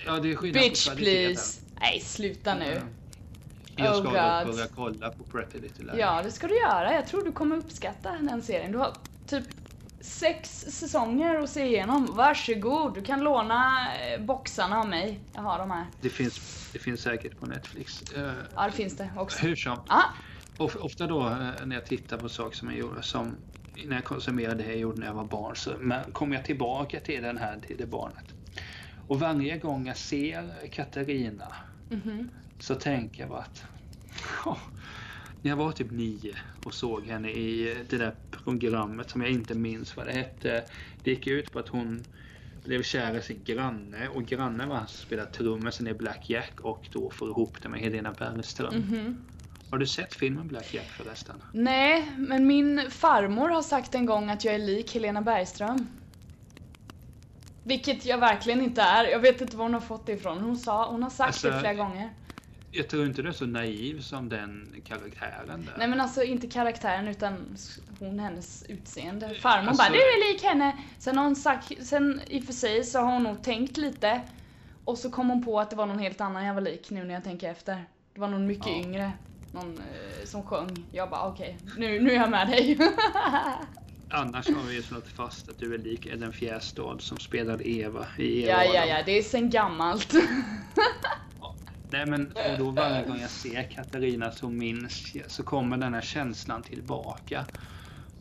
A: Ja, det är skillnad
B: Bitch
A: på kvaliteten.
B: please! Nej, sluta nu.
A: Mm. Jag ska
B: Oh
A: dock
B: God.
A: börja kolla på Pretty Little Liars.
B: Ja, det ska du göra. Jag tror du kommer uppskatta den serien. Du har typ sex säsonger att se igenom. Varsågod, du kan låna eh, boxarna av mig. Jag har dem här.
A: Det, finns, det finns säkert på Netflix. Eh,
B: Ja, det finns det också.
A: hur som.
B: Ja,
A: Of, ofta då eh, när jag tittar på saker som jag gjorde, som när jag konsumerade det jag gjorde när jag var barn, så men- kommer jag tillbaka till den här, till det barnet. Och varje gång jag ser Katarina
B: mhm.
A: så tänker jag bara att när jag var typ nio och såg henne i eh, det där programmet som jag inte minns vad det hette. Det gick ut på att hon blev kär i sin granne och grannen var han som spelade trummisen i Black Jack och då får ihop det med Helena Bergström.
B: Mhm.
A: Har du sett filmen Black Jack förresten?
B: Nej, men min farmor har sagt en gång att jag är lik Helena Bergström. Vilket jag verkligen inte är. Jag vet inte var hon har fått det ifrån. Hon, sa, hon har sagt det
A: Alltså,
B: flera gånger.
A: Jag tror inte du är så naiv som den karaktären där.
B: Nej men alltså inte karaktären utan s- hon, hennes utseende. Farmor
A: Alltså-
B: bara du är lik henne. Sen har hon sagt, sen i och för sig så har hon nog tänkt lite. Och så kom hon på att det var någon helt annan jag var lik nu när jag tänker efter. Det var någon mycket
A: Ja.
B: yngre. Någon eh, som sjöng. Jag bara okej, nu, nu är jag med dig.
A: Annars har vi ju slagit fast att du är lik Ellen Fjästad som spelade Eva i Eva
B: ja
A: och
B: ja
A: Adam.
B: ja, det är sen gammalt.
A: Nej men och då varje gång jag ser Katarina så minns jag- så kommer den här känslan tillbaka.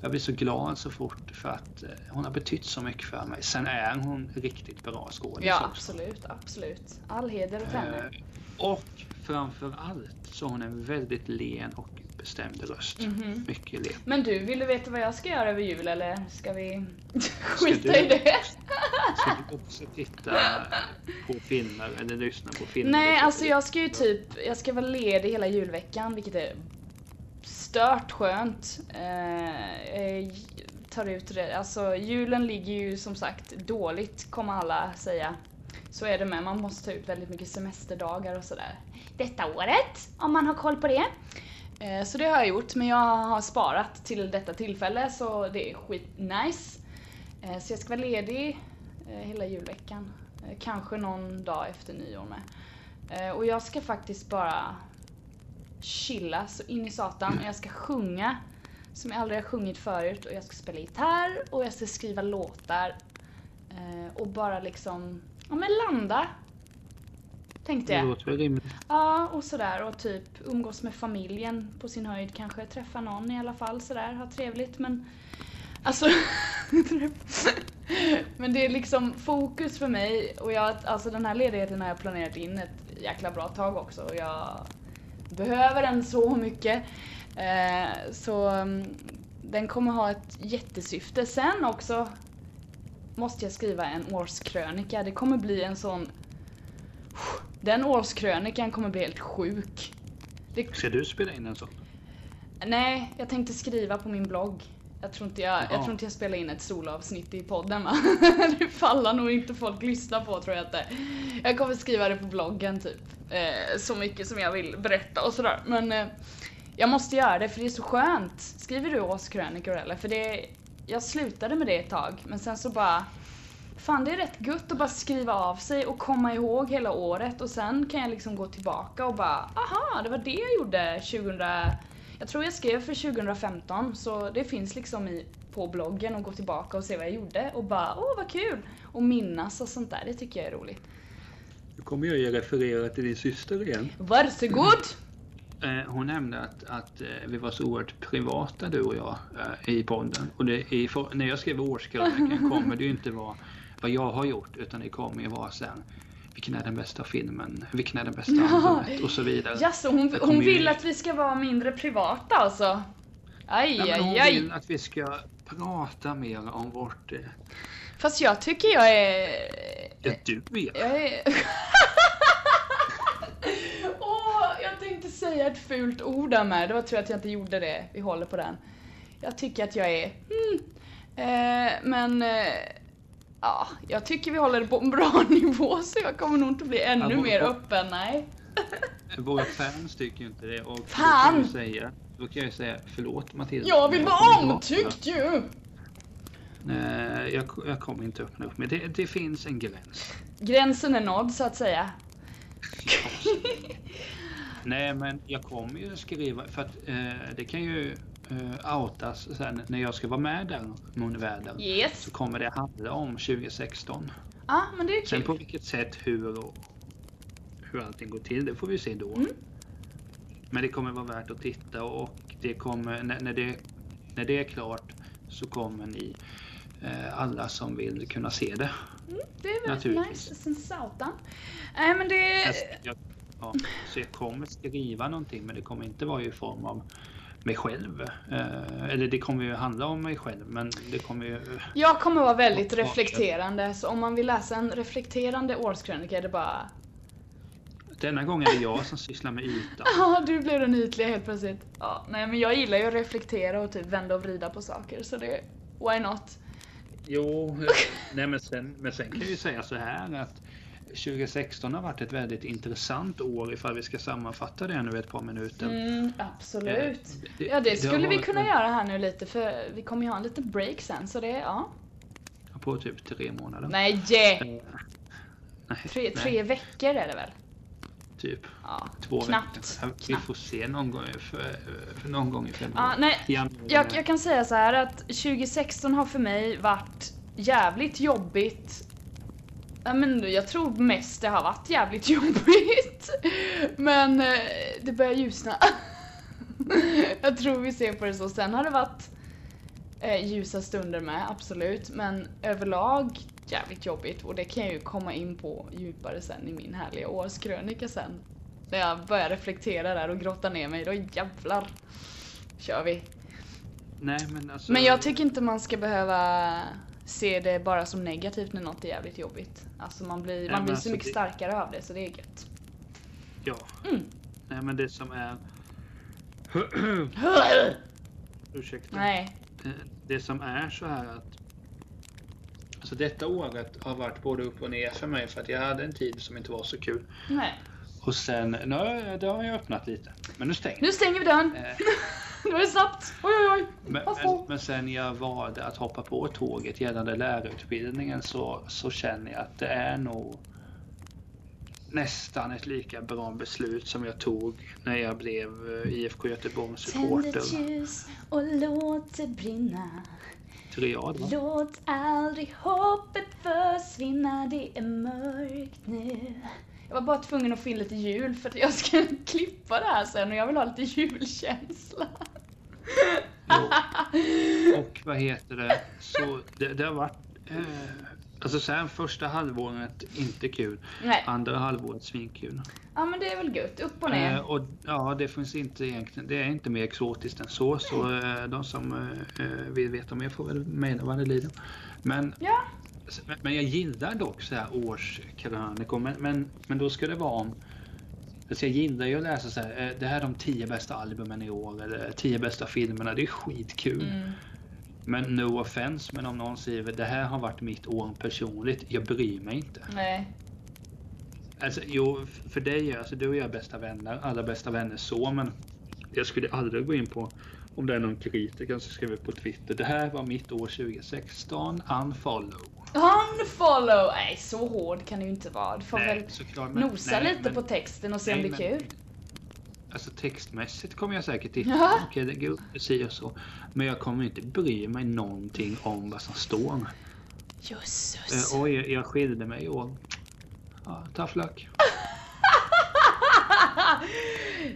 A: Jag blir så glad så fort för att eh, hon har betytt så mycket för mig. Sen är hon riktigt bra skådis
B: ja
A: också.
B: absolut, absolut. All heder åt henne.
A: Eh, Och framför allt så har hon en väldigt len och bestämd röst.
B: Mhm.
A: Mycket len.
B: Men du, vill du veta vad jag ska göra över jul eller ska vi
A: du-
B: skita i det?
A: Ska du också titta på filmer eller lyssna på filmer?
B: Nej, alltså jag ska ju typ, jag ska vara ledig hela julveckan vilket är stört skönt. Eh, eh, tar ut det. Alltså julen ligger ju som sagt dåligt kommer alla säga. Så är det med, man måste ta ut väldigt mycket semesterdagar och sådär. Detta året, om man har koll på det. Eh, så det har jag gjort, men jag har sparat till detta tillfälle så det är skitnice. Eh, så jag ska vara ledig eh, hela julveckan. Eh, kanske någon dag efter nyår med. Eh, och jag ska faktiskt bara chilla så in i satan. Och jag ska sjunga som jag aldrig har sjungit förut. Och jag ska spela gitarr och jag ska skriva låtar. Eh, och bara liksom, ja men landa. Tänkte
A: Det
B: jag.
A: låter väl rimligt.
B: Ja, och sådär. Och typ umgås med familjen på sin höjd kanske. Träffa någon i alla fall sådär. Ha trevligt men... Alltså... men det är liksom fokus för mig. Och jag, alltså den här ledigheten har jag planerat in ett jäkla bra tag också. Och jag behöver den så mycket. Eh, så mm, den kommer ha ett jättesyfte. Sen också måste jag skriva en årskrönika. Det kommer bli en sån den årskrönikan kommer bli helt sjuk. Det,
A: Ska du spela in en sån?
B: nej, jag tänkte skriva på min blogg. Jag tror, inte jag, jag
A: Jaha.
B: tror inte jag spelar in ett solavsnitt i podden va? Det faller nog inte folk lyssna på tror jag inte. Jag kommer skriva det på bloggen typ. Eh, så mycket som jag vill berätta och sådär. Men eh, jag måste göra det för det är så skönt. Skriver du årskrönikor eller? För det, jag slutade med det ett tag men sen så bara Fan det är rätt gött att bara skriva av sig och komma ihåg hela året och sen kan jag liksom gå tillbaka och bara aha det var det jag gjorde 2000 Jag tror jag skrev för 2015 så det finns liksom i, på bloggen att gå tillbaka och se vad jag gjorde och bara åh vad kul och minnas och sånt där det tycker jag är roligt.
A: Nu kommer jag ju referera till din syster igen.
B: Varsågod!
A: Eh, Hon nämnde att, att eh, vi var så oerhört privata du och jag eh, i podden. Och det, i, for- när jag skrev årskrönikan kommer det ju inte vara vad jag har gjort utan det kommer ju vara sen vilken är den bästa filmen, vilken är den bästa
B: Ja.
A: albumet och så vidare.
B: Jaså hon,
A: Jag
B: hon
A: kommer ju-
B: vill att vi ska vara mindre privata alltså? Aj
A: Nej, men hon
B: aj
A: vill
B: aj.
A: att vi ska prata mer om vårt... eh,
B: Fast jag tycker jag är
A: Ja, du mer.
B: Jag är... Åh, jag tänkte säga ett fult ord där med. Det var tur att jag inte gjorde det. Vi håller på den. Jag tycker att jag är... Mm. Eh, men... Eh, ja, jag tycker vi håller det på en bra nivå så jag kommer nog inte bli ännu
A: Ja,
B: mer
A: och-
B: öppen. Nej.
A: Våra fans tycker ju inte det. Och
B: Fan!
A: Då kan, jag säga, då kan jag ju säga förlåt Matilda.
B: Jag vill
A: men
B: vara
A: kommer inte vara-
B: omtyckt ju!
A: Nej, jag, jag kommer inte öppna upp mig. Det, det finns en gräns.
B: Gränsen är nådd så att säga.
A: Nej, men jag kommer ju skriva för att eh, det kan ju eh, outas sen när jag ska vara med där, Munväder.
B: Yes.
A: Så kommer det handla om 2016.
B: Ja, ah, men det är
A: Sen på
B: kul.
A: vilket sätt, hur och hur allting går till, det får vi se då.
B: Mm.
A: Men det kommer vara värt att titta och det kommer, när, när, det, när det är klart så kommer ni eh, alla som vill kunna se det.
B: Det är väldigt
A: Naturligtvis.
B: nice. Sen satan. Nej men det...
A: Alltså, Jag, jag, Ja, så jag kommer skriva någonting men det kommer inte vara i form av mig själv. Eh, eller det kommer ju handla om mig själv men det kommer ju...
B: Jag kommer vara väldigt
A: Och- och-
B: reflekterande, så om man vill läsa en reflekterande årskrönika är det bara
A: Denna gång är det jag som sysslar med ytan.
B: Ja, du blev den ytliga helt plötsligt. Ja, nej men jag gillar ju att reflektera och typ vända och vrida på saker så det, why not?
A: Jo, eh, nej men sen, men sen kan jag ju säga så här att 2016 har varit ett väldigt intressant år ifall vi ska sammanfatta det nu i ett par minuter.
B: Mm, absolut.
A: Eh,
B: Ja, det
A: har
B: skulle vi
A: varit
B: kunna
A: en-
B: göra här nu lite för vi kommer ju ha en liten break sen så det, ja.
A: På typ tre månader.
B: Nej!
A: Eh, Nej,
B: Tre,
A: nej,
B: tre veckor är det väl?
A: Typ
B: Ja,
A: två
B: knappt.
A: veckor. Vi
B: knappt.
A: får se någon gång, i fe- eh, någon gång i
B: Ja,
A: februari.
B: nej,
A: Januari.
B: Jag, jag kan säga så här att 2016 har för mig varit jävligt jobbigt. Ja, men jag tror mest det har varit jävligt jobbigt. Men eh, det börjar ljusna. Jag tror vi ser på det så. Sen har det varit eh, ljusa stunder med, absolut. Men överlag jävligt jobbigt. Och det kan jag ju komma in på djupare sen i min härliga årskrönika sen. När jag börjar reflektera där och grotta ner mig, då jävlar kör vi.
A: Nej, men, alltså,
B: Men jag tycker inte man ska behöva se det bara som negativt när något är jävligt jobbigt. Alltså man blir, man
A: men
B: blir så
A: alltså
B: mycket
A: det-
B: starkare av det så det är gött.
A: Ja.
B: Mm.
A: Nej, men det som är... Ursäkta.
B: Nej.
A: Eh, det som är så här att Alltså detta året har varit både upp och ner för mig för att jag hade en tid som inte var så kul.
B: Nej.
A: Och sen, nu har jag- det har jag öppnat lite. Men nu stänger jag.
B: Nu stänger vi dörren!
A: Eh,
B: Nu är det snabbt! Oj oj oj!
A: Men,
B: Varför?
A: men, men sen jag valde att hoppa på tåget gällande lärarutbildningen så, så känner jag att det är nog nästan ett lika bra beslut som jag tog när jag blev eh, IFK
C: Tänd
A: Göteborgs-supporter.
C: ett ljus och låt det brinna.
A: Triad va?
C: Låt aldrig hoppet försvinna, det är mörkt nu.
B: Jag var bara tvungen att få in lite jul för att jag ska klippa det här sen och jag vill ha lite julkänsla.
A: Jo. Och vad heter det? Så det, det har varit... Eh, alltså sen första halvåret inte kul.
B: Nej.
A: Andra halvåret svinkul.
B: Ja men det är väl gött, upp och ner.
A: Eh, och ja, det finns inte egentligen. Det är inte mer exotiskt än så. Så eh, de som eh, eh, vill veta mer får väl mejla vad det lider. Men,
B: Ja.
A: men jag gillar dock så här årskrönikor. Men, men, men då ska det vara om Alltså jag gillar ju att läsa så här, eh, det här är de tio bästa albumen i år eller tio bästa filmerna, det är skitkul.
B: Mm.
A: Men no offense, men om någon skriver det här har varit mitt år personligt, jag bryr mig inte.
B: Nej.
A: Alltså, jo, f- för dig, alltså, du och jag är bästa vänner, alla bästa vänner så, men jag skulle aldrig gå in på om det är någon kritiker som skriver på Twitter. Det här var mitt år 2016, unfollow.
B: Unfollow! Nej så hård kan det ju inte vara. Du får väl
A: såklart, men-
B: nosa
A: nej,
B: lite
A: men-
B: på texten och se om
A: nej,
B: det är
A: men-
B: kul.
A: Alltså textmässigt kommer jag säkert titta.
B: Ja.
A: Okej, det går si och så. Men jag kommer inte bry mig någonting om vad som står.
B: Jösses.
A: Eh, oj, jag skilde mig i år. Ja, tough luck.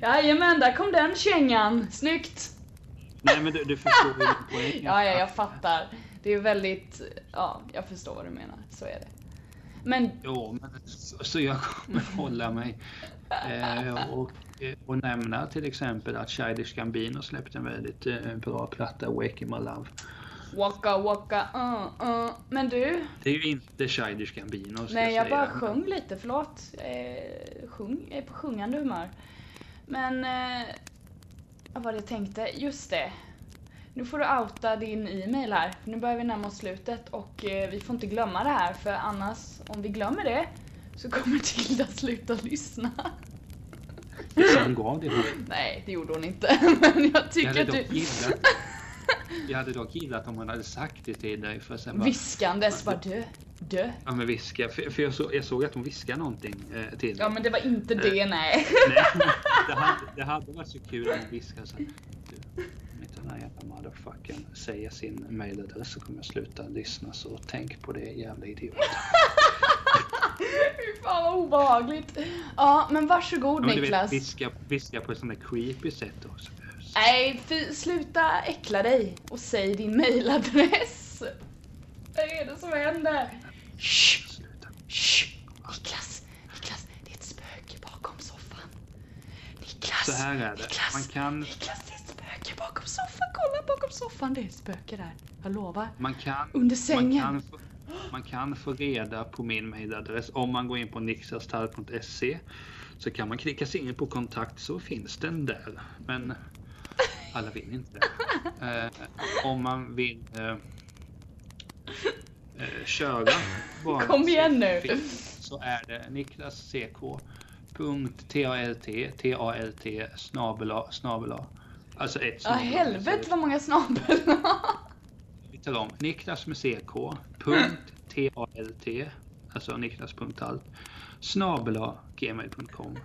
B: Jajamän, där kom den kängan. Snyggt!
A: Nej men du, du förstår ju min poäng.
B: Ja, ja, jag fattar. Det är väldigt... Ja, jag förstår vad du menar. Så är det. Men
A: Jo, men så, så jag kommer
B: Mm.
A: hålla mig. Eh, och, eh, och nämna till exempel att Childish Gambino släppte en väldigt eh, bra platta, Waking My Love.
B: waka waka uh, uh. Men du,
A: Det är ju inte Childish Gambino. ska
B: nej jag
A: säga.
B: bara sjöng lite, förlåt. Eh, sjung, jag är på sjungande humör. Men... Eh, vad var det jag tänkte? Just det. Nu får du outa din e-mail här. för Nu börjar vi närma oss slutet och eh, vi får inte glömma det här för annars, om vi glömmer det, så kommer Tilda sluta lyssna.
A: Hon gav det.
B: Nej, det gjorde hon inte. Men jag
A: Jag
B: tycker
A: hade
B: att du
A: dock gillat. Jag hade dock gillat om hon hade sagt det till dig. För sen bara,
B: viskandes bara dö, dö.
A: ja, men viska. För, för jag, så, jag såg att hon viskade någonting eh, till dig.
B: Ja men det var inte det, nej.
A: Nej, det, hade, det hade varit så kul om hon viskade så här, "Du, Om inte den här jävla motherfuckern säger sin mailadress så kommer jag sluta lyssna så tänk på det jävla idiot.
B: Fy fan vad obehagligt. Ja men varsågod
A: Ja, men du
B: Niklas.
A: vet, viska, viska på ett sånt där creepy sätt också.
B: Nej, fy, sluta äckla dig och säg din mailadress. Vad är det som händer? Shh,
A: Sluta.
B: shh. Niklas, Niklas, det är ett spöke bakom soffan.
A: Så här är det.
B: Niklas!
A: Man kan,
B: Niklas, det är spöke bakom soffan. Kolla bakom soffan, det är spöke där. Jag lovar.
A: man kan, man
B: Under sängen.
A: kan, få, man kan få reda på min mejladress om man går in på nixastarr.se. Så kan man klicka sig in på kontakt så finns den där. Men alla vill inte. Eh, om man vill eh, eh, köra. bara
B: Kom
A: så
B: igen nu.
A: finns- Så är det Niklas CK. Punkt TALT TALT snabela snabela. Alltså ett
B: Ja, helvete vad många snabel.
A: vi talar om Niklas med CK, punkt TALT, alltså niklas.alt, snabela gmail.com.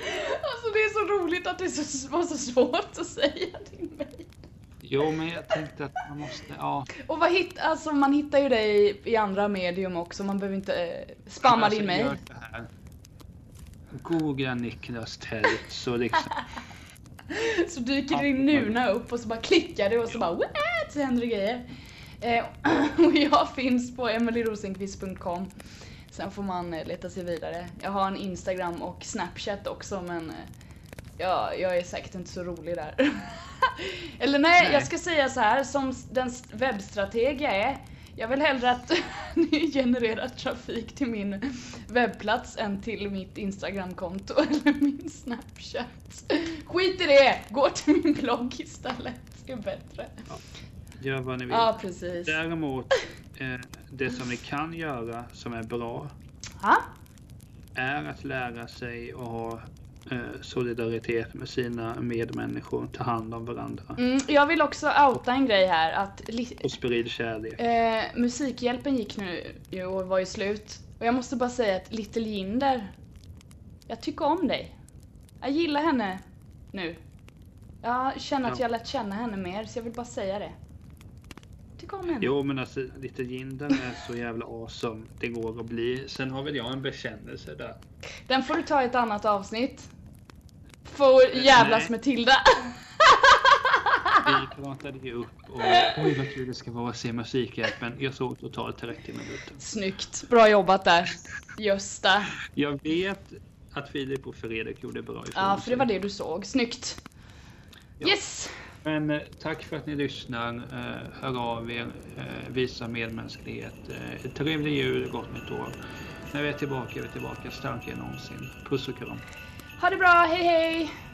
B: Alltså det är så roligt att det är så, var så svårt att säga till mig.
A: Jo, men jag tänkte att man måste, ja.
B: Och vad hitt, alltså man hittar ju dig i andra medium också, man behöver inte eh, spamma
A: Alltså,
B: din mail.
A: gör så här. Googla Niklas tält så liksom,
B: Så dyker din nuna upp och så bara klickar du och så bara what? Så händer det grejer. Eh, och jag finns på emilyrosenqvist.com. Sen får man eh, leta sig vidare. Jag har en Instagram och Snapchat också men eh, ja, jag är säkert inte så rolig där. Eller nej,
A: Nej.
B: jag ska säga så här som s- den s- webbstrateg jag är. Jag vill hellre att ni genererar trafik till min webbplats än till mitt Instagramkonto eller min Snapchat. Skit i det! Gå till min blogg istället. Det är bättre.
A: gör vad ni vill.
B: Ja, precis.
A: Däremot, eh, det som ni kan göra som är bra
B: Ha?
A: är att lära sig att ha eh, solidaritet med sina medmänniskor, ta hand om varandra
B: Mm, jag vill också outa en grej här. Att li-
A: och sprid kärlek.
B: eh, musikhjälpen gick nu ju och var ju slut. Och jag måste bara säga att Little Jinder, jag tycker om dig. Jag gillar henne nu. Jag känner att
A: Ja.
B: jag lärt känna henne mer, så jag vill bara säga det. Tycker om henne.
A: Jo men alltså lite ginden är så jävla awesome det går att bli. Sen har väl jag en bekännelse där.
B: Den får du ta i ett annat avsnitt. Får jävlas
A: Nej.
B: med Tilda.
A: Vi pratade ju upp och oj vad kul det ska vara att se Musikhjälpen. Jag såg totalt 30 minuter.
B: Snyggt, bra jobbat där. Gösta.
A: Jag vet att Filip och Fredrik gjorde bra ifrån
B: Ja, för det var
A: sig.
B: det du såg. Snyggt.
A: Ja.
B: Yes!
A: Men eh, tack för att ni lyssnar. Eh, Hör av er. eh, Visa medmänsklighet. Eh, Trevlig jul, gott nytt år. När vi är tillbaka är vi tillbaka starkare än någonsin. Puss och kram.
B: Ha det bra, hej hej!